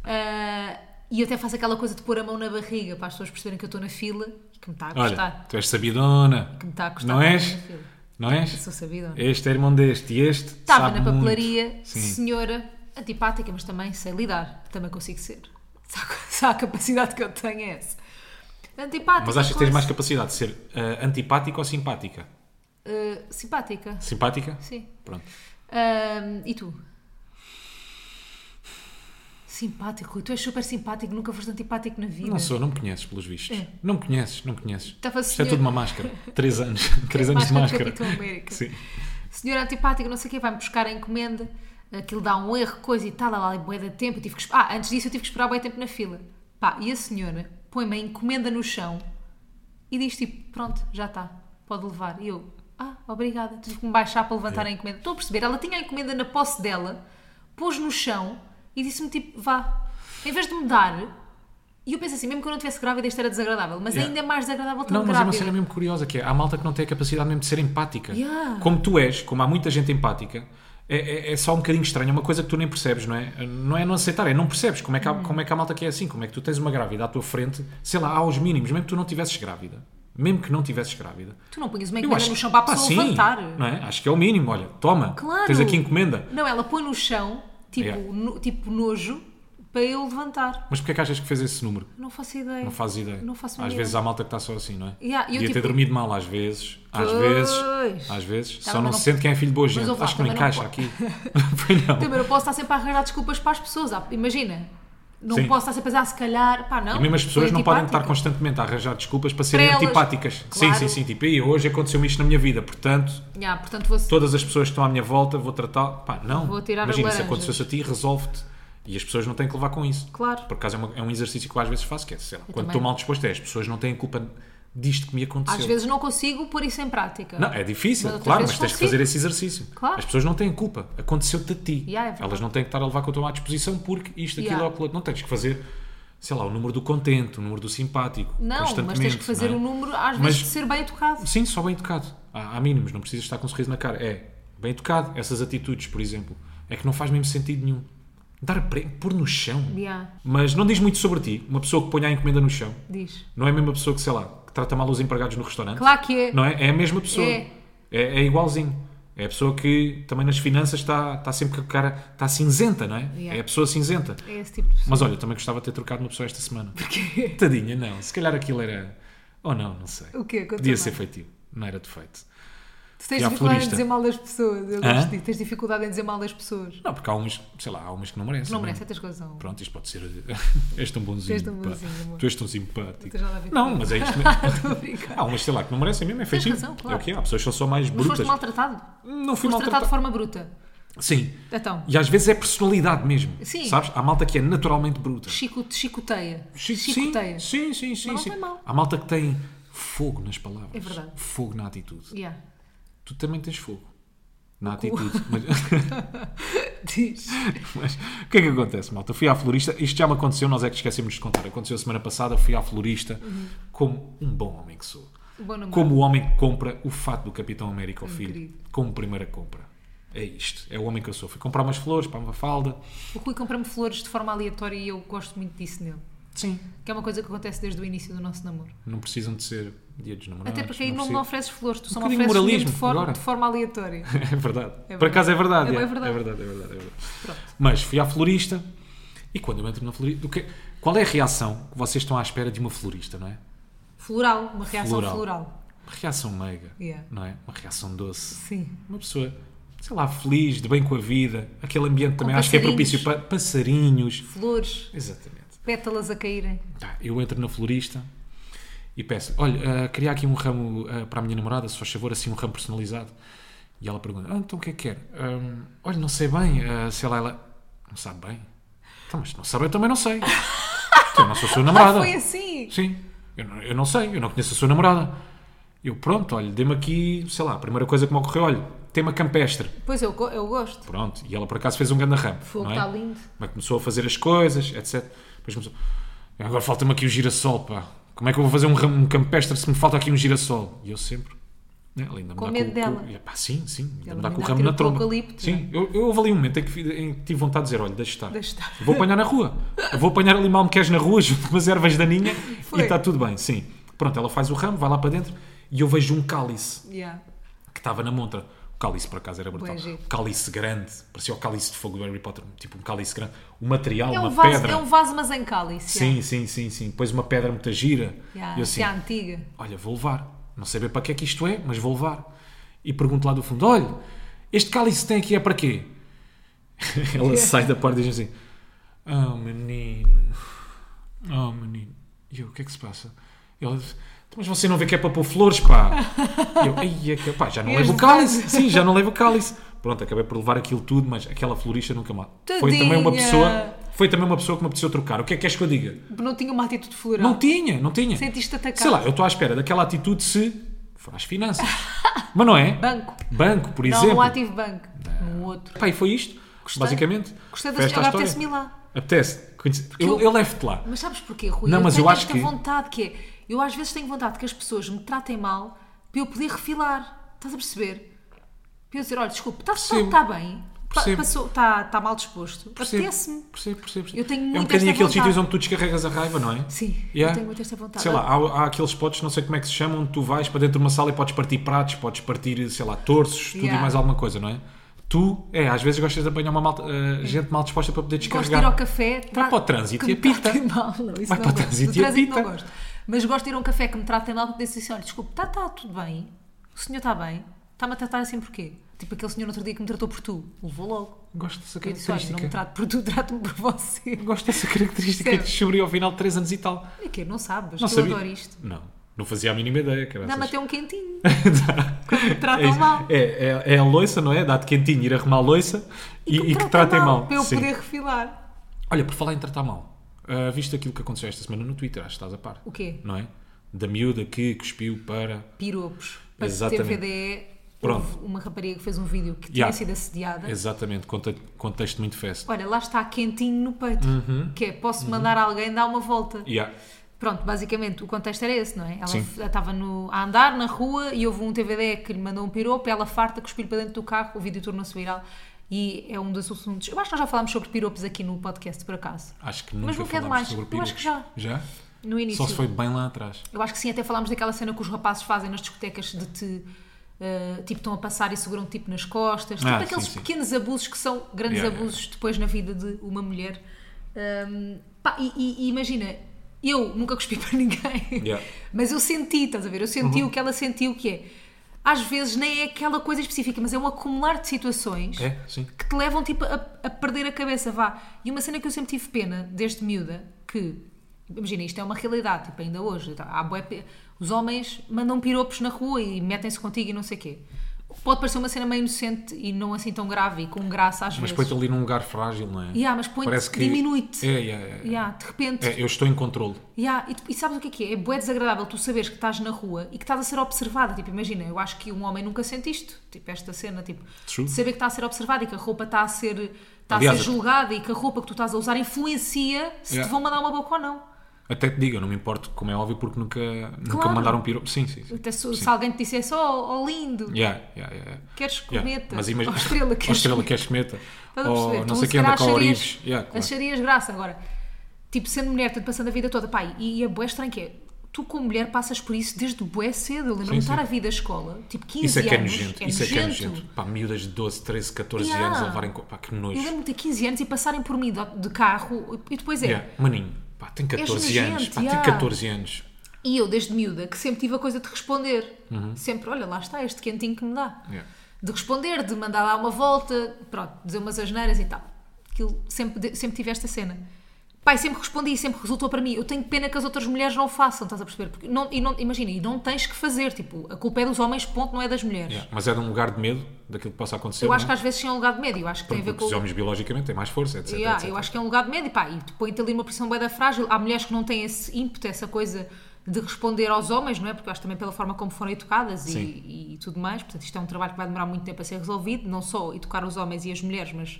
[SPEAKER 1] Ah, e eu até faço aquela coisa de pôr a mão na barriga para as pessoas perceberem que eu estou na fila e que me está a gostar.
[SPEAKER 2] Olha, tu és sabidona.
[SPEAKER 1] que me está a gostar.
[SPEAKER 2] Não és?
[SPEAKER 1] Na fila.
[SPEAKER 2] Não és?
[SPEAKER 1] Sou sabida. ou não?
[SPEAKER 2] Este é irmão deste e este.
[SPEAKER 1] Estava
[SPEAKER 2] sabe
[SPEAKER 1] na papelaria,
[SPEAKER 2] muito. Sim.
[SPEAKER 1] senhora antipática, mas também sei lidar. Também consigo ser. Só, só a capacidade que eu tenho é essa. Antipática.
[SPEAKER 2] Mas achas que tens mais
[SPEAKER 1] classe-
[SPEAKER 2] capacidade de ser ah, antipática ou simpática?
[SPEAKER 1] Ah, simpática,
[SPEAKER 2] Simpática?
[SPEAKER 1] sim.
[SPEAKER 2] Pronto.
[SPEAKER 1] Ahm, e tu? Simpático, Rui. tu és super simpático, nunca foste antipático na vida.
[SPEAKER 2] Não sou, não me conheces, pelos vistos.
[SPEAKER 1] É.
[SPEAKER 2] Não me conheces, não me conheces.
[SPEAKER 1] Estava
[SPEAKER 2] Isto é
[SPEAKER 1] senhor-
[SPEAKER 2] tudo uma máscara. Três anos. Três anos de
[SPEAKER 1] Máscara de
[SPEAKER 2] máscara.
[SPEAKER 1] Capitão América.
[SPEAKER 2] Sim.
[SPEAKER 1] Senhora antipática, não sei o quê, vai-me buscar a encomenda, aquilo dá um erro, coisa e tal, lá é bué de tempo, eu tive que esp- Ah, antes disso eu tive que esperar bué tempo na fila. Pá, e a senhora põe-me a encomenda no chão e diz tipo, pronto, já está, pode levar. E eu, ah, obrigada, tive que me baixar para levantar a encomenda. Estou a perceber, ela tinha a encomenda na posse dela, pôs no chão e disse-me tipo, vá. Em vez de me dar, e eu penso assim, mesmo que eu não estivesse grávida isto era desagradável, mas
[SPEAKER 2] Yeah.
[SPEAKER 1] ainda mais desagradável tão
[SPEAKER 2] Não, mas é uma
[SPEAKER 1] grávida.
[SPEAKER 2] cena mesmo curiosa que é, há malta que não tem a capacidade mesmo de ser empática.
[SPEAKER 1] Yeah.
[SPEAKER 2] Como tu és, como há muita gente empática, é, é- é só um bocadinho estranho, é uma coisa que tu nem percebes, não é? Não é não aceitar, é não percebes como é
[SPEAKER 1] Uhum.
[SPEAKER 2] que há, como é que há malta que é assim, como é que tu tens uma grávida à tua frente, sei lá, aos mínimos, mesmo que tu não tivesses grávida. Mesmo que não tivesses grávida.
[SPEAKER 1] Tu não punhas uma
[SPEAKER 2] Eu
[SPEAKER 1] encomenda
[SPEAKER 2] acho
[SPEAKER 1] no chão para a
[SPEAKER 2] pá,
[SPEAKER 1] pessoa
[SPEAKER 2] sim,
[SPEAKER 1] levantar.
[SPEAKER 2] não é? Acho que é o mínimo, olha, toma,
[SPEAKER 1] Claro.
[SPEAKER 2] tens aqui encomenda.
[SPEAKER 1] Não, ela põe no chão, tipo,
[SPEAKER 2] Yeah.
[SPEAKER 1] no- tipo nojo, para eu levantar.
[SPEAKER 2] Mas porquê é que achas que fez esse número?
[SPEAKER 1] Não faço ideia.
[SPEAKER 2] Não faz ideia.
[SPEAKER 1] Não faço
[SPEAKER 2] às
[SPEAKER 1] ideia.
[SPEAKER 2] vezes há malta que está só assim, não é?
[SPEAKER 1] Yeah, eu,
[SPEAKER 2] Podia
[SPEAKER 1] tipo-
[SPEAKER 2] ter dormido mal às vezes. Às
[SPEAKER 1] Pois.
[SPEAKER 2] vezes. Às vezes.
[SPEAKER 1] Tá,
[SPEAKER 2] só
[SPEAKER 1] mas
[SPEAKER 2] não
[SPEAKER 1] não-
[SPEAKER 2] se sente quem é filho de boa gente.
[SPEAKER 1] ouve lá,
[SPEAKER 2] Acho que não
[SPEAKER 1] também não
[SPEAKER 2] encaixa
[SPEAKER 1] pode.
[SPEAKER 2] aqui. Foi não.
[SPEAKER 1] Também não posso estar sempre a arranjar desculpas para as pessoas. Ah, Imagina. Não
[SPEAKER 2] Sim.
[SPEAKER 1] posso estar sempre a pensar, se calhar. Pá, não.
[SPEAKER 2] E mesmo as
[SPEAKER 1] foi tipo
[SPEAKER 2] pessoas não podem estar
[SPEAKER 1] antipática.
[SPEAKER 2] constantemente a arranjar desculpas para serem
[SPEAKER 1] elas,
[SPEAKER 2] antipáticas. Sim,
[SPEAKER 1] claro.
[SPEAKER 2] sim, sim. Tipo, "Ei, hoje aconteceu-me isto na minha vida, portanto,
[SPEAKER 1] Yeah, portanto, vou...
[SPEAKER 2] todas as pessoas que estão à minha volta, vou tratar. Pá, não.
[SPEAKER 1] Vou tirar
[SPEAKER 2] Imagina,
[SPEAKER 1] as
[SPEAKER 2] se
[SPEAKER 1] laranjas.
[SPEAKER 2] aconteceu-se a ti, resolve-te. E as pessoas não têm que levar com isso.
[SPEAKER 1] Claro.
[SPEAKER 2] Por acaso é, uma- é um exercício que eu às vezes faço, que é, sei lá, quando
[SPEAKER 1] também.
[SPEAKER 2] estou mal disposto, é as pessoas não têm culpa disto que me aconteceu.
[SPEAKER 1] Às vezes não consigo pôr isso em prática.
[SPEAKER 2] Não, é difícil,
[SPEAKER 1] Mas outras
[SPEAKER 2] claro, mas
[SPEAKER 1] vezes
[SPEAKER 2] tens que
[SPEAKER 1] consigo.
[SPEAKER 2] fazer esse exercício.
[SPEAKER 1] Claro.
[SPEAKER 2] As pessoas não têm culpa. Aconteceu-te a ti.
[SPEAKER 1] Yeah, é verdade.
[SPEAKER 2] Elas não têm que estar a levar com a tua má disposição porque isto, aquilo
[SPEAKER 1] Yeah.
[SPEAKER 2] ou aquilo outro. Não tens que fazer, sei lá, o número do contente, o número do simpático.
[SPEAKER 1] Não, mas
[SPEAKER 2] constantemente,
[SPEAKER 1] tens que fazer
[SPEAKER 2] não é?
[SPEAKER 1] um número, às
[SPEAKER 2] Mas-
[SPEAKER 1] vezes, de ser bem educado.
[SPEAKER 2] Sim, só bem educado. Há, há mínimos, não precisas estar com um sorriso na cara. É, bem educado. Essas atitudes, por exemplo, é que não faz mesmo sentido nenhum. Dar pre... pôr no chão.
[SPEAKER 1] Yeah,
[SPEAKER 2] Mas não diz muito sobre ti. Uma pessoa que ponha a encomenda no chão.
[SPEAKER 1] diz.
[SPEAKER 2] Não é a mesma pessoa que, sei lá, que trata mal os empregados no restaurante.
[SPEAKER 1] Claro que é.
[SPEAKER 2] Não é? É a mesma pessoa.
[SPEAKER 1] É.
[SPEAKER 2] É, é igualzinho. É a pessoa que também nas finanças está, está sempre com a cara. está cinzenta, não é?
[SPEAKER 1] Yeah.
[SPEAKER 2] É a pessoa cinzenta.
[SPEAKER 1] É esse tipo de pessoa.
[SPEAKER 2] Mas olha, também gostava de ter trocado uma pessoa esta semana. Porquê? Tadinha, não. Se calhar aquilo era. Ou não, não sei.
[SPEAKER 1] O quê? Conta
[SPEAKER 2] Podia
[SPEAKER 1] lá.
[SPEAKER 2] ser feitio. Não era defeito.
[SPEAKER 1] Tu tens
[SPEAKER 2] E à
[SPEAKER 1] dificuldade em
[SPEAKER 2] florista.
[SPEAKER 1] dizer mal das pessoas. Eu
[SPEAKER 2] Hã?
[SPEAKER 1] gosto disso. Tens dificuldade em dizer mal das pessoas.
[SPEAKER 2] Não, porque há uns, sei lá, há uns que não merecem.
[SPEAKER 1] Não
[SPEAKER 2] é?
[SPEAKER 1] merece, tens razão.
[SPEAKER 2] Pronto, isto pode ser. És tão bonzinho.
[SPEAKER 1] És tão
[SPEAKER 2] pá.
[SPEAKER 1] bonzinho, amor.
[SPEAKER 2] Tu és tão simpático.
[SPEAKER 1] Tu já lá vi-
[SPEAKER 2] Não, mas é isto mesmo.
[SPEAKER 1] Estou a brincar.
[SPEAKER 2] Há umas, sei lá, que não merecem mesmo, é feitio.
[SPEAKER 1] razão, claro.
[SPEAKER 2] É o que há. Há pessoas que são só mais
[SPEAKER 1] Mas
[SPEAKER 2] brutas.
[SPEAKER 1] foste maltratado?
[SPEAKER 2] Não
[SPEAKER 1] Foste
[SPEAKER 2] fui
[SPEAKER 1] tratado
[SPEAKER 2] maltratado.
[SPEAKER 1] de forma bruta.
[SPEAKER 2] Sim.
[SPEAKER 1] Então,
[SPEAKER 2] E às vezes é personalidade mesmo.
[SPEAKER 1] Sim.
[SPEAKER 2] Sabes? Há malta que é naturalmente bruta.
[SPEAKER 1] chico, chicoteia.
[SPEAKER 2] Sim,
[SPEAKER 1] Chicoteia.
[SPEAKER 2] Sim, sim, sim.
[SPEAKER 1] Mas não
[SPEAKER 2] sim.
[SPEAKER 1] tem mal.
[SPEAKER 2] Há malta que tem fogo nas palavras.
[SPEAKER 1] É verdade.
[SPEAKER 2] Fogo na atitude.
[SPEAKER 1] Yeah.
[SPEAKER 2] Tu também tens fogo. Na atitude. Mas,
[SPEAKER 1] Diz.
[SPEAKER 2] mas o que é que acontece, malta? Eu fui à florista, isto já me
[SPEAKER 1] Uhum.
[SPEAKER 2] aconteceu, nós é que esquecemos de contar. Aconteceu semana passada, fui à florista como um bom homem que sou.
[SPEAKER 1] Bom namorado.
[SPEAKER 2] Como o homem que compra o fato do Capitão América ao filho,
[SPEAKER 1] Uhum. Incrível.
[SPEAKER 2] como primeira compra. É isto, é o homem que eu sou. Fui comprar umas flores para uma falda.
[SPEAKER 1] O Rui compra-me flores de forma aleatória e eu gosto muito disso nele.
[SPEAKER 2] Sim.
[SPEAKER 1] Que é uma coisa que acontece desde o início do nosso namoro.
[SPEAKER 2] Não precisam de ser dia dos namorados.
[SPEAKER 1] Até porque aí não me
[SPEAKER 2] precisa-
[SPEAKER 1] ofereces flores, tu só me
[SPEAKER 2] Um bocadinho de
[SPEAKER 1] ofereces mesmo
[SPEAKER 2] moralismo
[SPEAKER 1] de forma,
[SPEAKER 2] agora.
[SPEAKER 1] de forma aleatória.
[SPEAKER 2] É verdade.
[SPEAKER 1] É
[SPEAKER 2] Por acaso é verdade.
[SPEAKER 1] É
[SPEAKER 2] É,
[SPEAKER 1] bem verdade.
[SPEAKER 2] é verdade, é verdade, é verdade.
[SPEAKER 1] Pronto.
[SPEAKER 2] Mas fui à florista e quando eu entro na florista. o que- qual é a reação que vocês estão à espera de uma florista, não é?
[SPEAKER 1] Floral, uma reação floral.
[SPEAKER 2] Floral. Uma reação meiga,
[SPEAKER 1] Yeah.
[SPEAKER 2] não é? Uma reação doce.
[SPEAKER 1] Sim.
[SPEAKER 2] Uma pessoa, sei lá, feliz, de bem com a vida. Aquele ambiente também acho que é
[SPEAKER 1] passarinhos.
[SPEAKER 2] propício para passarinhos.
[SPEAKER 1] Flores,
[SPEAKER 2] Exatamente.
[SPEAKER 1] pétalas a caírem.
[SPEAKER 2] Tá, eu entro na florista e peço: Olha, ah, queria aqui um ramo ah, para a minha namorada, se faz favor, assim, um ramo personalizado. E ela pergunta: ah, Então o que é que quer? Ahm, olha, não sei bem, ah, sei lá, ela. Não sabe bem? Então, mas não sabe, eu também não sei. Então, eu não sou sua
[SPEAKER 1] Ah,
[SPEAKER 2] namorada.
[SPEAKER 1] foi assim!
[SPEAKER 2] Sim, eu não, eu não sei, eu não conheço a sua namorada. Eu, pronto, olha, dê-me aqui, sei lá, a primeira coisa que me ocorreu: olha, tema campestre.
[SPEAKER 1] Pois eu, go- eu gosto.
[SPEAKER 2] Pronto, e ela por acaso fez um grande ramo.
[SPEAKER 1] Fogo tá
[SPEAKER 2] não é?
[SPEAKER 1] está lindo.
[SPEAKER 2] Mas começou a fazer as coisas, etc. Depois começou. Agora falta-me aqui o girassol, pá. Como é que eu vou fazer um, ramo- um campestre se me falta aqui um girassol? E eu sempre. Né? ela ainda me
[SPEAKER 1] Com
[SPEAKER 2] dá
[SPEAKER 1] medo
[SPEAKER 2] o-
[SPEAKER 1] dela.
[SPEAKER 2] e, é pá, sim, sim. Ainda
[SPEAKER 1] Ela
[SPEAKER 2] me dá
[SPEAKER 1] ainda
[SPEAKER 2] com o
[SPEAKER 1] atira
[SPEAKER 2] ramo na
[SPEAKER 1] pelo
[SPEAKER 2] tromba.
[SPEAKER 1] eucalipto,
[SPEAKER 2] Sim, eu, eu houve ali um momento em que, fi- em que tive vontade de dizer: olha, deixa estar.
[SPEAKER 1] é? Deixa estar.
[SPEAKER 2] Vou apanhar na rua. Eu vou apanhar ali malmequés na rua junto com as ervas daninha
[SPEAKER 1] Foi.
[SPEAKER 2] e está tudo bem, sim. Pronto, ela faz o ramo, vai lá para dentro e eu vejo um cálice
[SPEAKER 1] Yeah.
[SPEAKER 2] que estava na montra. O cálice, por acaso, era brutal.
[SPEAKER 1] Bué giro.
[SPEAKER 2] Um cálice grande, parecia o cálice de fogo do Harry Potter. Tipo um cálice grande. O material,
[SPEAKER 1] É,
[SPEAKER 2] uma
[SPEAKER 1] um vaso,
[SPEAKER 2] pedra.
[SPEAKER 1] é um vaso, mas em cálice.
[SPEAKER 2] Sim, sim, sim, sim. Depois uma pedra muita gira.
[SPEAKER 1] Yeah.
[SPEAKER 2] E eu
[SPEAKER 1] Yeah.
[SPEAKER 2] assim,
[SPEAKER 1] Se é antiga.
[SPEAKER 2] olha, vou levar. Não sei bem para que é que isto é, mas vou levar. E pergunto lá do fundo, olha, este cálice tem aqui é para quê? Ela sai da porta e diz assim, oh menino, oh menino. E eu, o que é que se passa? Ela diz, "Então, mas você não vê que é para pôr flores, pá. E eu, "Ai, é que- pá, já não
[SPEAKER 1] E
[SPEAKER 2] levo o
[SPEAKER 1] as
[SPEAKER 2] cálice. Sim, já não levo o cálice. Pronto, acabei por levar aquilo tudo, mas aquela florista nunca mais. Foi também uma
[SPEAKER 1] Tadinha.
[SPEAKER 2] pessoa, foi também uma pessoa que me apeteceu trocar. O que é que queres que eu diga?
[SPEAKER 1] Não tinha uma atitude floral.
[SPEAKER 2] Não tinha, não tinha.
[SPEAKER 1] Sentiste atacado.
[SPEAKER 2] Sei lá, eu estou à espera daquela atitude se for às finanças. Mas não é?
[SPEAKER 1] Banco.
[SPEAKER 2] Banco, por
[SPEAKER 1] não, um
[SPEAKER 2] exemplo.
[SPEAKER 1] no Active Bank. No Um outro.
[SPEAKER 2] Pá, e foi isto, basicamente.
[SPEAKER 1] Gostei
[SPEAKER 2] Foi
[SPEAKER 1] da
[SPEAKER 2] esta
[SPEAKER 1] Agora
[SPEAKER 2] a história.
[SPEAKER 1] apetece-me ir lá.
[SPEAKER 2] Apetece. Conhece-
[SPEAKER 1] eu-
[SPEAKER 2] Eu, eu levo-te lá.
[SPEAKER 1] Mas sabes porquê, Rui?
[SPEAKER 2] Não,
[SPEAKER 1] eu
[SPEAKER 2] mas
[SPEAKER 1] tenho
[SPEAKER 2] eu acho
[SPEAKER 1] esta
[SPEAKER 2] que-
[SPEAKER 1] vontade que é. Eu às vezes tenho vontade que as pessoas me tratem mal para eu poder refilar. Estás a perceber? Para eu dizer, olha, desculpe, está, está,
[SPEAKER 2] Percebo.
[SPEAKER 1] está bem. Pa-
[SPEAKER 2] Percebo.
[SPEAKER 1] Passou, está, está mal disposto.
[SPEAKER 2] Percebo,
[SPEAKER 1] Apetece-me.
[SPEAKER 2] percebo, percebo, percebo.
[SPEAKER 1] Eu tenho
[SPEAKER 2] É um
[SPEAKER 1] muito
[SPEAKER 2] bocadinho
[SPEAKER 1] esta vontade.
[SPEAKER 2] aqueles sítios onde tu descarregas a raiva, não é?
[SPEAKER 1] Sim, tá
[SPEAKER 2] Yeah.
[SPEAKER 1] eu tenho muito esta vontade.
[SPEAKER 2] Sei lá, há, há aqueles potes, não sei como é que se chamam, onde tu vais para dentro de uma sala e podes partir pratos, podes partir, sei lá, torços, tudo
[SPEAKER 1] Yeah.
[SPEAKER 2] e mais alguma coisa, não é? Tu, é, às vezes gostas de apanhar uma malta- eh, gente mal disposta para poder
[SPEAKER 1] Gosto de ir
[SPEAKER 2] descarregar.
[SPEAKER 1] ao café. tra-
[SPEAKER 2] para o trânsito
[SPEAKER 1] que
[SPEAKER 2] e
[SPEAKER 1] me
[SPEAKER 2] apita.
[SPEAKER 1] tratem Mal, não, isso
[SPEAKER 2] Vai
[SPEAKER 1] não
[SPEAKER 2] para o
[SPEAKER 1] gosto.
[SPEAKER 2] trânsito
[SPEAKER 1] Do
[SPEAKER 2] e
[SPEAKER 1] trânsito não
[SPEAKER 2] apita.
[SPEAKER 1] gosto. Mas gosto de ir a um café que me tratem mal porque dizem assim: olha, desculpe, está tá, tudo bem. O senhor está bem. Está-me a tratar assim porquê? Tipo aquele senhor no outro dia que me tratou por tu. Levou logo.
[SPEAKER 2] Gosto dessa
[SPEAKER 1] Eu disse: olha, não me
[SPEAKER 2] característica.
[SPEAKER 1] trato por tu, trato-me por você.
[SPEAKER 2] Gosto dessa característica que
[SPEAKER 1] Percebe?
[SPEAKER 2] descobri ao final de 3 anos e tal.
[SPEAKER 1] E quê? Não sabes?
[SPEAKER 2] Não
[SPEAKER 1] eu
[SPEAKER 2] sabia.
[SPEAKER 1] adoro isto.
[SPEAKER 2] Não, não fazia a mínima ideia. caraças.
[SPEAKER 1] Dá-me até um quentinho.
[SPEAKER 2] Dá.
[SPEAKER 1] Quando me tratam
[SPEAKER 2] é, isso.
[SPEAKER 1] mal.
[SPEAKER 2] É, é, é a loiça, não é? Dá-te quentinho, ir arrumar a loiça e, e que tratem mal.
[SPEAKER 1] Para eu
[SPEAKER 2] Sim.
[SPEAKER 1] poder refilar.
[SPEAKER 2] Olha, por falar em tratar mal, ah, viste aquilo que aconteceu esta semana no Twitter, acho que estás a par.
[SPEAKER 1] O quê?
[SPEAKER 2] Não é? Da miúda que cuspiu para.
[SPEAKER 1] Piropos. Para
[SPEAKER 2] Exatamente.
[SPEAKER 1] TVDE,
[SPEAKER 2] Pronto.
[SPEAKER 1] houve uma rapariga que fez um vídeo que tinha
[SPEAKER 2] Yeah.
[SPEAKER 1] sido assediada.
[SPEAKER 2] Exatamente, conte- contexto muito festa.
[SPEAKER 1] Olha, lá está quentinho no peito.
[SPEAKER 2] Uhum.
[SPEAKER 1] Que é, posso mandar alguém dar uma volta.
[SPEAKER 2] Yeah.
[SPEAKER 1] Pronto, basicamente o contexto era esse, não é? Ela
[SPEAKER 2] Sim.
[SPEAKER 1] f- estava no- a andar na rua e houve um TVD que lhe mandou um piropo, ela farta, cuspiu para dentro do carro, o vídeo tornou-se viral e é um dos assuntos. Eu acho que nós já falámos sobre piropos aqui no podcast, por acaso.
[SPEAKER 2] Acho que nunca
[SPEAKER 1] nunca é
[SPEAKER 2] falámos
[SPEAKER 1] demais.
[SPEAKER 2] sobre
[SPEAKER 1] Eu acho que
[SPEAKER 2] pirulhos. Já?
[SPEAKER 1] No início.
[SPEAKER 2] Só se foi bem lá atrás.
[SPEAKER 1] Eu acho que sim, até falámos daquela cena que os rapazes fazem nas discotecas de te. eh, tipo, estão a passar e seguram tipo nas costas.
[SPEAKER 2] Ah,
[SPEAKER 1] tipo aqueles
[SPEAKER 2] sim, sim.
[SPEAKER 1] pequenos abusos que são grandes
[SPEAKER 2] Yeah, yeah,
[SPEAKER 1] abusos depois na vida de uma mulher. Ahm, pá, e, e- e imagina, eu nunca cuspi para ninguém,
[SPEAKER 2] Yeah. Uhum.
[SPEAKER 1] mas eu senti, estás a ver? Eu senti o que ela sentiu, que é. Às vezes nem é aquela coisa específica, mas é um acumular de situações
[SPEAKER 2] É, sim.
[SPEAKER 1] que te levam tipo a, a perder a cabeça, vá. E uma cena que eu sempre tive pena desde miúda, que imagina, isto é uma realidade, tipo, ainda hoje, tá, há bué pe- os homens mandam piropos na rua e metem-se contigo e não sei quê. Pode parecer uma cena meio inocente e não assim tão grave e com graça às
[SPEAKER 2] Mas
[SPEAKER 1] vezes.
[SPEAKER 2] põe-te ali num lugar frágil, não é?
[SPEAKER 1] Yeah, mas põe-te- diminui-te.
[SPEAKER 2] É, yeah, yeah.
[SPEAKER 1] Yeah, de repente,
[SPEAKER 2] É, eu estou em controle.
[SPEAKER 1] Yeah, e, tu- e sabes o que é que é? É bué desagradável tu saberes que estás na rua e que estás a ser observada. Tipo, imagina, eu acho que um homem nunca sente isto. Tipo, esta cena, tipo,
[SPEAKER 2] True.
[SPEAKER 1] de saber que está a ser observada e que a roupa está a ser, está a
[SPEAKER 2] Aliás,
[SPEAKER 1] ser
[SPEAKER 2] eu-
[SPEAKER 1] julgada e que a roupa que tu estás a usar influencia se
[SPEAKER 2] Yeah.
[SPEAKER 1] te vão mandar uma boca ou não.
[SPEAKER 2] Até te digo, eu não me importo, como é óbvio, porque nunca, nunca
[SPEAKER 1] Claro.
[SPEAKER 2] me mandaram piro. Sim, sim. sim.
[SPEAKER 1] Até Então, se, se alguém te dissesse, oh, oh lindo,
[SPEAKER 2] Yeah, yeah, yeah, yeah.
[SPEAKER 1] queres
[SPEAKER 2] Yeah.
[SPEAKER 1] cometa?
[SPEAKER 2] Mas imagina.
[SPEAKER 1] Oh, estrela,
[SPEAKER 2] Ou
[SPEAKER 1] queres
[SPEAKER 2] estrela que é escometa.
[SPEAKER 1] Estás a perceber?
[SPEAKER 2] Ou não
[SPEAKER 1] Tu
[SPEAKER 2] sei
[SPEAKER 1] se
[SPEAKER 2] quem anda
[SPEAKER 1] calhar
[SPEAKER 2] com ourives.
[SPEAKER 1] acharias-
[SPEAKER 2] Yeah, claro.
[SPEAKER 1] Acharias graça agora. Tipo, sendo mulher, te passando a vida toda. Pai, e é bué estranho que é. Tu, como mulher, passas por isso desde bué cedo. Eu lembro-me de
[SPEAKER 2] Sim,
[SPEAKER 1] estar
[SPEAKER 2] sim.
[SPEAKER 1] a vida à escola, tipo 15
[SPEAKER 2] Isso é que é
[SPEAKER 1] anos.
[SPEAKER 2] nojento. Isso é que é nojento. Pá, miúdas de 12, 13, 14
[SPEAKER 1] Yeah.
[SPEAKER 2] anos a levarem. co- Pá, que
[SPEAKER 1] Eu
[SPEAKER 2] nojo.
[SPEAKER 1] lembro-me de ter 15 anos e passarem por mim de, de carro. E depois é.
[SPEAKER 2] Yeah. Maninho, pá, tem 14 anos.
[SPEAKER 1] nojento,
[SPEAKER 2] Pá,
[SPEAKER 1] yeah.
[SPEAKER 2] tem 14 anos.
[SPEAKER 1] E eu, desde miúda, que sempre tive a coisa de responder. Sempre, olha, lá está este quentinho que me dá.
[SPEAKER 2] Uhum. Yeah.
[SPEAKER 1] De responder, de mandar dar uma volta, pronto, dizer umas asneiras e tal. Aquilo, sempre, de- sempre tive esta cena. Pai, sempre respondi e sempre resultou para mim. Eu tenho pena que as outras mulheres não façam, estás a perceber? Porque não, e não, imagina, e não tens que fazer, tipo, a culpa é dos homens, ponto, não é das mulheres.
[SPEAKER 2] Yeah. Mas é de um lugar de medo daquilo que possa acontecer.
[SPEAKER 1] Eu acho que
[SPEAKER 2] não é?
[SPEAKER 1] às vezes sim é um lugar de medo, eu acho que tem a ver
[SPEAKER 2] Porque
[SPEAKER 1] com...
[SPEAKER 2] os homens biologicamente têm mais força, etc.
[SPEAKER 1] Yeah,
[SPEAKER 2] etc.
[SPEAKER 1] Eu acho que é um lugar de medo e pá, e te põe-te ali uma pressão bem da frágil. Há mulheres que não têm esse ímpeto, essa coisa de responder aos homens, não é? Porque eu acho também pela forma como foram educadas e,
[SPEAKER 2] Sim.
[SPEAKER 1] e tudo mais. Portanto, isto é um trabalho que vai demorar muito tempo a ser resolvido, não só educar os homens e as mulheres, mas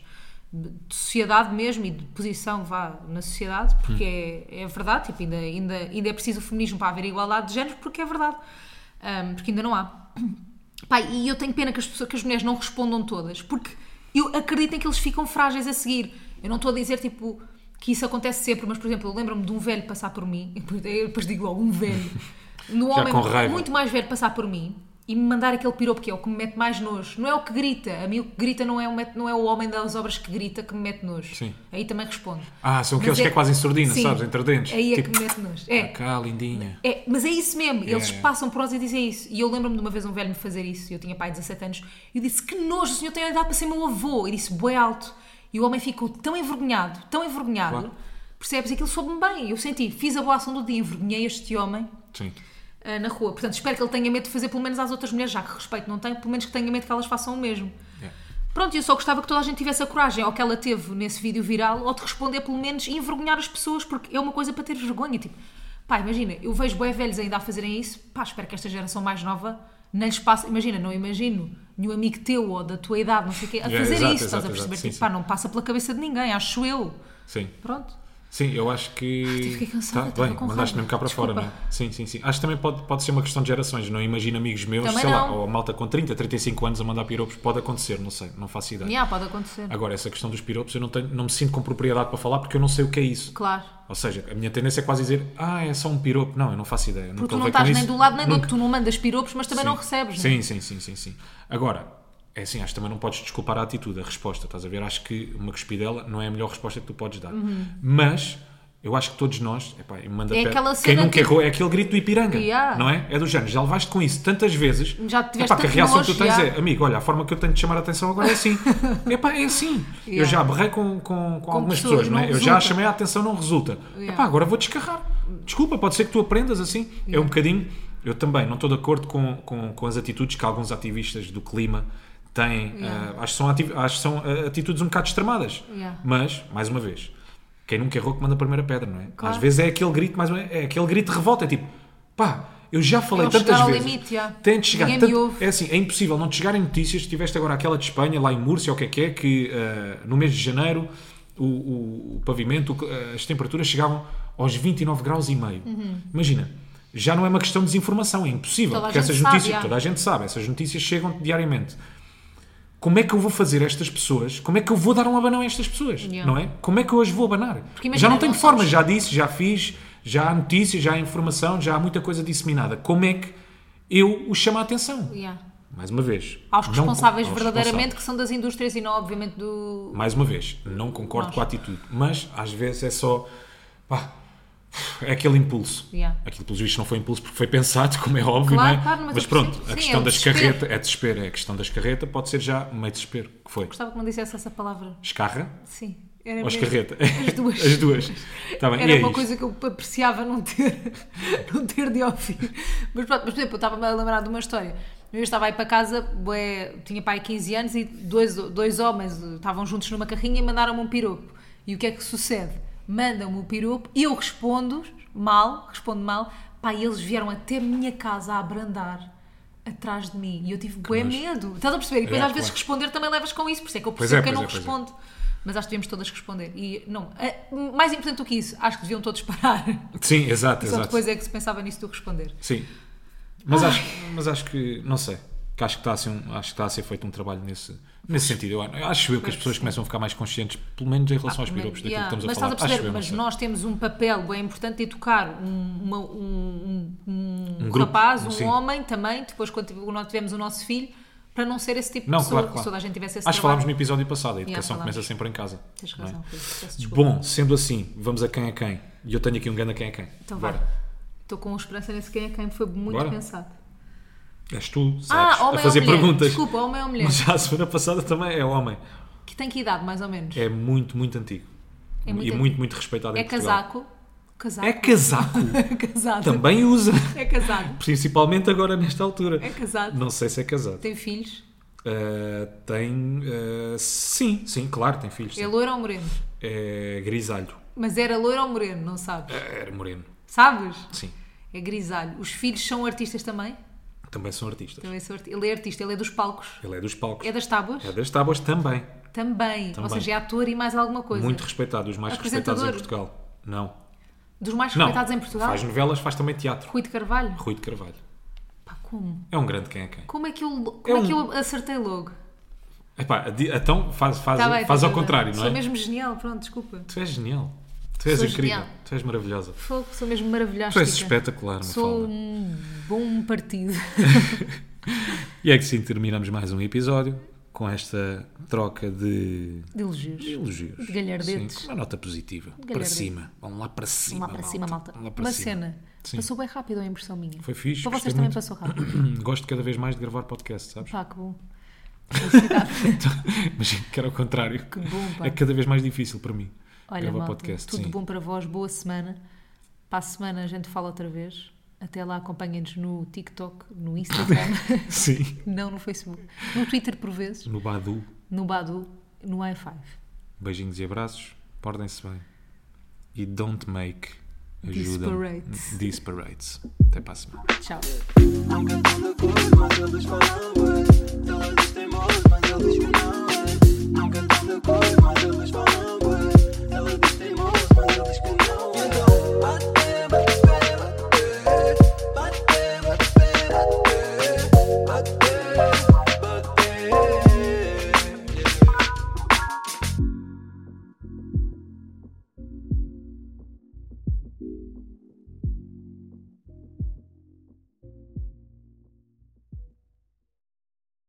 [SPEAKER 1] de sociedade mesmo e de posição vá na sociedade, porque
[SPEAKER 2] Hum.
[SPEAKER 1] é, é verdade, tipo, ainda, ainda, ainda é preciso o feminismo para haver igualdade de género, porque é verdade, Ahm, porque ainda não há. Pai, e eu tenho pena que as, pessoas, que as mulheres não respondam todas, porque eu acredito em que eles ficam frágeis a seguir. Eu não estou a dizer, tipo, que isso acontece sempre, mas, por exemplo, eu lembro-me de um velho passar por mim, eu depois, eu depois digo logo, um velho, no
[SPEAKER 2] Já
[SPEAKER 1] homem
[SPEAKER 2] com raiva.
[SPEAKER 1] muito mais velho passar por mim e me mandar aquele piropo que é o que me mete mais nojo. Não é o que grita, a mim o que grita não é o, met- não é o homem das obras que grita que me mete nojo.
[SPEAKER 2] Sim.
[SPEAKER 1] Aí também respondo.
[SPEAKER 2] Ah, são
[SPEAKER 1] Mas
[SPEAKER 2] aqueles que é quase em sordina,
[SPEAKER 1] Sim.
[SPEAKER 2] sabes? Entre dentes.
[SPEAKER 1] Aí é
[SPEAKER 2] Tipo,
[SPEAKER 1] que me mete nojo. É,
[SPEAKER 2] Cá, lindinha.
[SPEAKER 1] é, mas é isso mesmo, eles
[SPEAKER 2] yeah.
[SPEAKER 1] passam por nós e dizem isso. E eu lembro-me de uma vez um velho me fazer isso, eu tinha pai de 17 anos, e eu disse: Que nojo, o senhor tem a idade para ser meu avô. E disse: Boi alto. E o homem ficou tão envergonhado, tão envergonhado,
[SPEAKER 2] Claro.
[SPEAKER 1] percebes? Aquilo soube-me bem. Eu senti, fiz a boa ação do dia, envergonhei este homem
[SPEAKER 2] Sim.
[SPEAKER 1] ah, na rua. Portanto, espero que ele tenha medo de fazer pelo menos às outras mulheres, já que respeito não tenho, pelo menos que tenha medo que elas façam o mesmo.
[SPEAKER 2] Yeah.
[SPEAKER 1] Pronto, eu só gostava que toda a gente tivesse a coragem, ou que ela teve nesse vídeo viral, ou de responder pelo menos e envergonhar as pessoas, porque é uma coisa para ter vergonha. Tipo, pá, imagina, eu vejo bué velhos ainda a fazerem isso, pá, espero que esta geração mais nova nem lhes passe. Imagina, não imagino nenhum amigo teu ou da tua idade, não sei o quê, a
[SPEAKER 2] Yeah,
[SPEAKER 1] fazer
[SPEAKER 2] exato,
[SPEAKER 1] isso, estás
[SPEAKER 2] exato,
[SPEAKER 1] a perceber?
[SPEAKER 2] exato, sim,
[SPEAKER 1] tipo,
[SPEAKER 2] sim.
[SPEAKER 1] pá, não passa pela cabeça de ninguém, acho eu.
[SPEAKER 2] Sim.
[SPEAKER 1] Pronto.
[SPEAKER 2] Sim, eu acho que.
[SPEAKER 1] Ah, tipo,
[SPEAKER 2] tá
[SPEAKER 1] fiquei cansada, estava
[SPEAKER 2] bem,
[SPEAKER 1] com raiva.
[SPEAKER 2] mandaste mesmo cá para
[SPEAKER 1] Desculpa.
[SPEAKER 2] fora, não é? Sim, sim, sim. Acho que também pode, pode ser uma questão de gerações. Não imagino amigos meus,
[SPEAKER 1] Também
[SPEAKER 2] sei lá,
[SPEAKER 1] não.
[SPEAKER 2] ou a malta com 30, 35 anos a mandar piropos. Pode acontecer, não sei, não faço ideia.
[SPEAKER 1] Yeah, pode acontecer.
[SPEAKER 2] Agora, essa questão dos piropos, eu não, tenho, não me sinto com propriedade para falar porque eu não sei o que é isso.
[SPEAKER 1] Claro.
[SPEAKER 2] Ou seja, a minha tendência é quase dizer, ah, é só um piropo. Não, eu não faço ideia.
[SPEAKER 1] Porque
[SPEAKER 2] nunca
[SPEAKER 1] tu não
[SPEAKER 2] levei com
[SPEAKER 1] estás nem
[SPEAKER 2] isso.
[SPEAKER 1] do lado nem do
[SPEAKER 2] Nunca.
[SPEAKER 1] outro, tu não mandas piropos, mas também
[SPEAKER 2] Sim.
[SPEAKER 1] não recebes, não é?
[SPEAKER 2] Sim, sim, sim, sim, sim. Agora, é assim, acho que também não podes desculpar a atitude, a resposta, estás a ver? Acho que uma cuspidela não é a melhor resposta que tu podes dar. Mas eu acho que todos nós, epá, manda
[SPEAKER 1] Uhum. É
[SPEAKER 2] pé-
[SPEAKER 1] aquela
[SPEAKER 2] quem
[SPEAKER 1] cena
[SPEAKER 2] nunca
[SPEAKER 1] que-
[SPEAKER 2] errou é aquele grito do Ipiranga,
[SPEAKER 1] Yeah.
[SPEAKER 2] não é? É do género, já levaste com isso tantas vezes,
[SPEAKER 1] Já tiveste
[SPEAKER 2] epá, que a
[SPEAKER 1] tanto
[SPEAKER 2] reação que tu
[SPEAKER 1] nojo,
[SPEAKER 2] tens
[SPEAKER 1] yeah.
[SPEAKER 2] é, amigo, olha, a forma que eu tenho de chamar a atenção agora é assim. epá, é assim. Eu
[SPEAKER 1] Yeah.
[SPEAKER 2] já berrei com, com, com algumas
[SPEAKER 1] pessoas,
[SPEAKER 2] pessoas, não é?
[SPEAKER 1] não
[SPEAKER 2] Eu já
[SPEAKER 1] resulta.
[SPEAKER 2] chamei a atenção, não resulta.
[SPEAKER 1] Yeah.
[SPEAKER 2] Epá, agora vou descarrar. Desculpa, pode ser que tu aprendas assim. É um bocadinho. Eu também não estou de acordo com, com, com as atitudes que alguns ativistas do clima têm. ah, acho que são, ati- acho que são ah, atitudes um bocado extremadas.
[SPEAKER 1] Yeah.
[SPEAKER 2] Mas, mais uma vez, quem nunca errou que manda a primeira pedra, não é?
[SPEAKER 1] Claro.
[SPEAKER 2] Às vezes é aquele grito, mais uma vez, é aquele grito de revolta. É tipo, pá, eu já falei
[SPEAKER 1] Eles
[SPEAKER 2] tantas
[SPEAKER 1] chegaram ao
[SPEAKER 2] vezes.
[SPEAKER 1] limite, yeah.
[SPEAKER 2] Tem de chegar.
[SPEAKER 1] Ninguém
[SPEAKER 2] tanto-
[SPEAKER 1] me ouve.
[SPEAKER 2] é assim, é impossível não te chegarem notícias. Tiveste agora aquela de Espanha, lá em Múrcia, ou o que é que é, que ah, no mês de janeiro o, o- o pavimento, o que- as temperaturas chegavam aos 29 graus e meio. Imagina, já não é uma questão de desinformação, é impossível.
[SPEAKER 1] Uhum. Toda a
[SPEAKER 2] Porque
[SPEAKER 1] gente
[SPEAKER 2] essas
[SPEAKER 1] sabe,
[SPEAKER 2] notícias,
[SPEAKER 1] já.
[SPEAKER 2] toda a gente sabe, essas notícias chegam diariamente. Como é que eu vou fazer estas pessoas? Como é que eu vou dar um abanão a estas pessoas?
[SPEAKER 1] Yeah.
[SPEAKER 2] Não é? Como é que eu as vou abanar?
[SPEAKER 1] imagina,
[SPEAKER 2] já não tenho
[SPEAKER 1] não
[SPEAKER 2] forma,
[SPEAKER 1] sabes-
[SPEAKER 2] já disse, já fiz, já há notícias, já há informação, já há muita coisa disseminada. Como é que eu os chamo a atenção?
[SPEAKER 1] Yeah.
[SPEAKER 2] Mais uma vez.
[SPEAKER 1] Aos
[SPEAKER 2] não
[SPEAKER 1] responsáveis
[SPEAKER 2] con- aos
[SPEAKER 1] verdadeiramente,
[SPEAKER 2] responsáveis.
[SPEAKER 1] que são das indústrias e não, obviamente, do,
[SPEAKER 2] Mais uma vez, não concordo
[SPEAKER 1] Nós.
[SPEAKER 2] com a atitude, mas às vezes é só. pá, é aquele impulso.
[SPEAKER 1] Yeah.
[SPEAKER 2] Aquilo, pelos vistos, não foi impulso porque foi pensado, como é óbvio,
[SPEAKER 1] Claro,
[SPEAKER 2] não é?
[SPEAKER 1] claro, mas
[SPEAKER 2] mas
[SPEAKER 1] eu
[SPEAKER 2] pronto,
[SPEAKER 1] percebo.
[SPEAKER 2] a
[SPEAKER 1] Sim,
[SPEAKER 2] questão
[SPEAKER 1] é o
[SPEAKER 2] das
[SPEAKER 1] desespero.
[SPEAKER 2] carretas, é desespero, é a questão das carretas, pode ser já meio desespero, que foi?
[SPEAKER 1] Gostava que não dissesse essa palavra.
[SPEAKER 2] Escarra
[SPEAKER 1] Sim. Era
[SPEAKER 2] ou
[SPEAKER 1] mesmo.
[SPEAKER 2] escarreta?
[SPEAKER 1] As duas.
[SPEAKER 2] As duas. Tá bem,
[SPEAKER 1] Era
[SPEAKER 2] e é
[SPEAKER 1] uma
[SPEAKER 2] isto.
[SPEAKER 1] coisa que eu apreciava não ter, não ter de ouvir. Mas pronto, mas por exemplo, eu estava-me a lembrar de uma história. Eu estava aí para casa, bué, tinha pai 15 anos e dois, dois homens eh, estavam juntos numa carrinha e mandaram-me um piropo. E o que é que sucede? Mandam-me o piropo, eu respondo mal, respondo mal, pá, e eles vieram até a minha casa a abrandar atrás de mim e eu tive bué
[SPEAKER 2] nojo.
[SPEAKER 1] medo. Estás a perceber? E depois
[SPEAKER 2] É,
[SPEAKER 1] às vezes
[SPEAKER 2] claro.
[SPEAKER 1] responder também levas com isso, por isso é que eu
[SPEAKER 2] Pois
[SPEAKER 1] percebo
[SPEAKER 2] é,
[SPEAKER 1] quem
[SPEAKER 2] pois
[SPEAKER 1] não
[SPEAKER 2] é, pois é.
[SPEAKER 1] responde. mas acho que devíamos todas responder. E não, eh, mais importante do que isso, acho que deviam todos parar.
[SPEAKER 2] Sim, exato,
[SPEAKER 1] Só
[SPEAKER 2] exato.
[SPEAKER 1] depois é que se pensava nisso do responder.
[SPEAKER 2] Sim. Mas acho, mas acho que, não sei, que acho que está a ser, um- acho que está a ser feito um trabalho nesse, nesse sentido. Eu acho eu que as pessoas começam a ficar mais conscientes, pelo menos em relação aos piropos, daquilo
[SPEAKER 1] Ah, Yeah,
[SPEAKER 2] que estamos a
[SPEAKER 1] mas
[SPEAKER 2] falar.
[SPEAKER 1] estás a perceber,
[SPEAKER 2] acho eu, não
[SPEAKER 1] mas
[SPEAKER 2] sei.
[SPEAKER 1] nós temos um papel bem importante de educar um, uma- um, um- um
[SPEAKER 2] Um grupo,
[SPEAKER 1] rapaz, um
[SPEAKER 2] sim.
[SPEAKER 1] homem também, depois quando tive- nós tivemos o nosso filho, para não ser esse tipo
[SPEAKER 2] Não,
[SPEAKER 1] de pessoa,
[SPEAKER 2] claro,
[SPEAKER 1] se
[SPEAKER 2] claro.
[SPEAKER 1] toda a gente tivesse esse
[SPEAKER 2] Acho que
[SPEAKER 1] trabalho.
[SPEAKER 2] falámos no episódio passado, a educação
[SPEAKER 1] falámos.
[SPEAKER 2] começa sempre em casa.
[SPEAKER 1] Tens
[SPEAKER 2] não é?
[SPEAKER 1] razão, Rui, peço desculpa.
[SPEAKER 2] Bom, sendo assim, vamos a quem é quem. E eu tenho aqui um grande quem é quem.
[SPEAKER 1] Então
[SPEAKER 2] Bora.
[SPEAKER 1] vai. Estou com esperança nesse quem é quem, foi muito
[SPEAKER 2] Bora.
[SPEAKER 1] pensado.
[SPEAKER 2] És tu, sabes,
[SPEAKER 1] Ah, homem
[SPEAKER 2] a fazer
[SPEAKER 1] ou mulher.
[SPEAKER 2] perguntas.
[SPEAKER 1] Desculpa, homem ou mulher.
[SPEAKER 2] Mas já a semana passada também é homem.
[SPEAKER 1] Que tem que idade, mais ou menos?
[SPEAKER 2] É muito, muito antigo.
[SPEAKER 1] É muito
[SPEAKER 2] e
[SPEAKER 1] antigo.
[SPEAKER 2] muito, muito respeitado
[SPEAKER 1] É
[SPEAKER 2] em Portugal.
[SPEAKER 1] casaco. Casaco.
[SPEAKER 2] É casaco.
[SPEAKER 1] casado.
[SPEAKER 2] Também usa.
[SPEAKER 1] É casado.
[SPEAKER 2] Principalmente agora nesta altura.
[SPEAKER 1] É casado.
[SPEAKER 2] Não sei se é casado.
[SPEAKER 1] Tem filhos.
[SPEAKER 2] Ah, tem. ah, sim, sim, claro, tem filhos. sim.
[SPEAKER 1] É loiro ou moreno?
[SPEAKER 2] É grisalho. Eh,
[SPEAKER 1] Mas era loiro ou moreno, não sabes?
[SPEAKER 2] Era moreno.
[SPEAKER 1] Sabes?
[SPEAKER 2] Sim.
[SPEAKER 1] É grisalho. Os filhos são artistas também?
[SPEAKER 2] Também são artistas.
[SPEAKER 1] Também são arti- Ele é artista, ele é dos palcos.
[SPEAKER 2] Ele é dos palcos.
[SPEAKER 1] É das tábuas?
[SPEAKER 2] É das tábuas também.
[SPEAKER 1] Também. Ou
[SPEAKER 2] Também.
[SPEAKER 1] seja, é ator e mais alguma coisa.
[SPEAKER 2] Muito respeitado. Os mais respeitados
[SPEAKER 1] é. Apresentador.
[SPEAKER 2] em Portugal. Não.
[SPEAKER 1] Dos mais
[SPEAKER 2] Não.
[SPEAKER 1] respeitados em Portugal?
[SPEAKER 2] Faz novelas, faz também teatro.
[SPEAKER 1] Rui de Carvalho?
[SPEAKER 2] Rui de Carvalho.
[SPEAKER 1] Pá, como?
[SPEAKER 2] É um grande quem é quem.
[SPEAKER 1] Como é que eu, como
[SPEAKER 2] É
[SPEAKER 1] é
[SPEAKER 2] um-
[SPEAKER 1] que eu acertei logo?
[SPEAKER 2] Epá, di- então faz, faz,
[SPEAKER 1] Tá bem,
[SPEAKER 2] faz
[SPEAKER 1] tá
[SPEAKER 2] ao
[SPEAKER 1] bem.
[SPEAKER 2] contrário, não
[SPEAKER 1] Sou
[SPEAKER 2] é?
[SPEAKER 1] mesmo genial, pronto, desculpa.
[SPEAKER 2] Tu és genial. Tu és
[SPEAKER 1] Sou
[SPEAKER 2] incrível.
[SPEAKER 1] genial.
[SPEAKER 2] Tu és maravilhosa.
[SPEAKER 1] Fogo, sou mesmo maravilhosa.
[SPEAKER 2] Tu és espetacular,
[SPEAKER 1] Sou
[SPEAKER 2] Mafalda.
[SPEAKER 1] um bom partido.
[SPEAKER 2] E é que sim, terminamos mais um episódio com esta troca de
[SPEAKER 1] De elogios.
[SPEAKER 2] elogios.
[SPEAKER 1] De galhardetes.
[SPEAKER 2] Sim, com uma nota positiva. Para
[SPEAKER 1] galhardetes.
[SPEAKER 2] cima. Vamos lá para cima.
[SPEAKER 1] Vamos lá para cima, malta.
[SPEAKER 2] Vamos lá para
[SPEAKER 1] Uma
[SPEAKER 2] cima.
[SPEAKER 1] cena.
[SPEAKER 2] Sim.
[SPEAKER 1] Passou bem rápido a impressão minha.
[SPEAKER 2] Foi fixe.
[SPEAKER 1] Para
[SPEAKER 2] gostei
[SPEAKER 1] vocês também
[SPEAKER 2] muito.
[SPEAKER 1] passou rápido.
[SPEAKER 2] Gosto cada vez mais de gravar podcast, sabes?
[SPEAKER 1] Pá, que bom.
[SPEAKER 2] Mas que era o contrário.
[SPEAKER 1] Que bom, pá.
[SPEAKER 2] É cada vez mais difícil para mim.
[SPEAKER 1] Olha,
[SPEAKER 2] gravar
[SPEAKER 1] malta,
[SPEAKER 2] podcast.
[SPEAKER 1] tudo
[SPEAKER 2] sim.
[SPEAKER 1] bom para vós, boa semana. Para a semana a gente fala outra vez. Até lá acompanhem-nos no TikTok, no Instagram,
[SPEAKER 2] Sim.
[SPEAKER 1] não no Facebook, no Twitter por vezes,
[SPEAKER 2] No Badu.
[SPEAKER 1] no Badu, no i5.
[SPEAKER 2] Beijinhos e abraços. Portem-se bem. E don't make. Ajuda.
[SPEAKER 1] Disparates.
[SPEAKER 2] Disparates. Até para a semana.
[SPEAKER 1] Tchau.
[SPEAKER 3] I'm cantando coisas, mas eles falam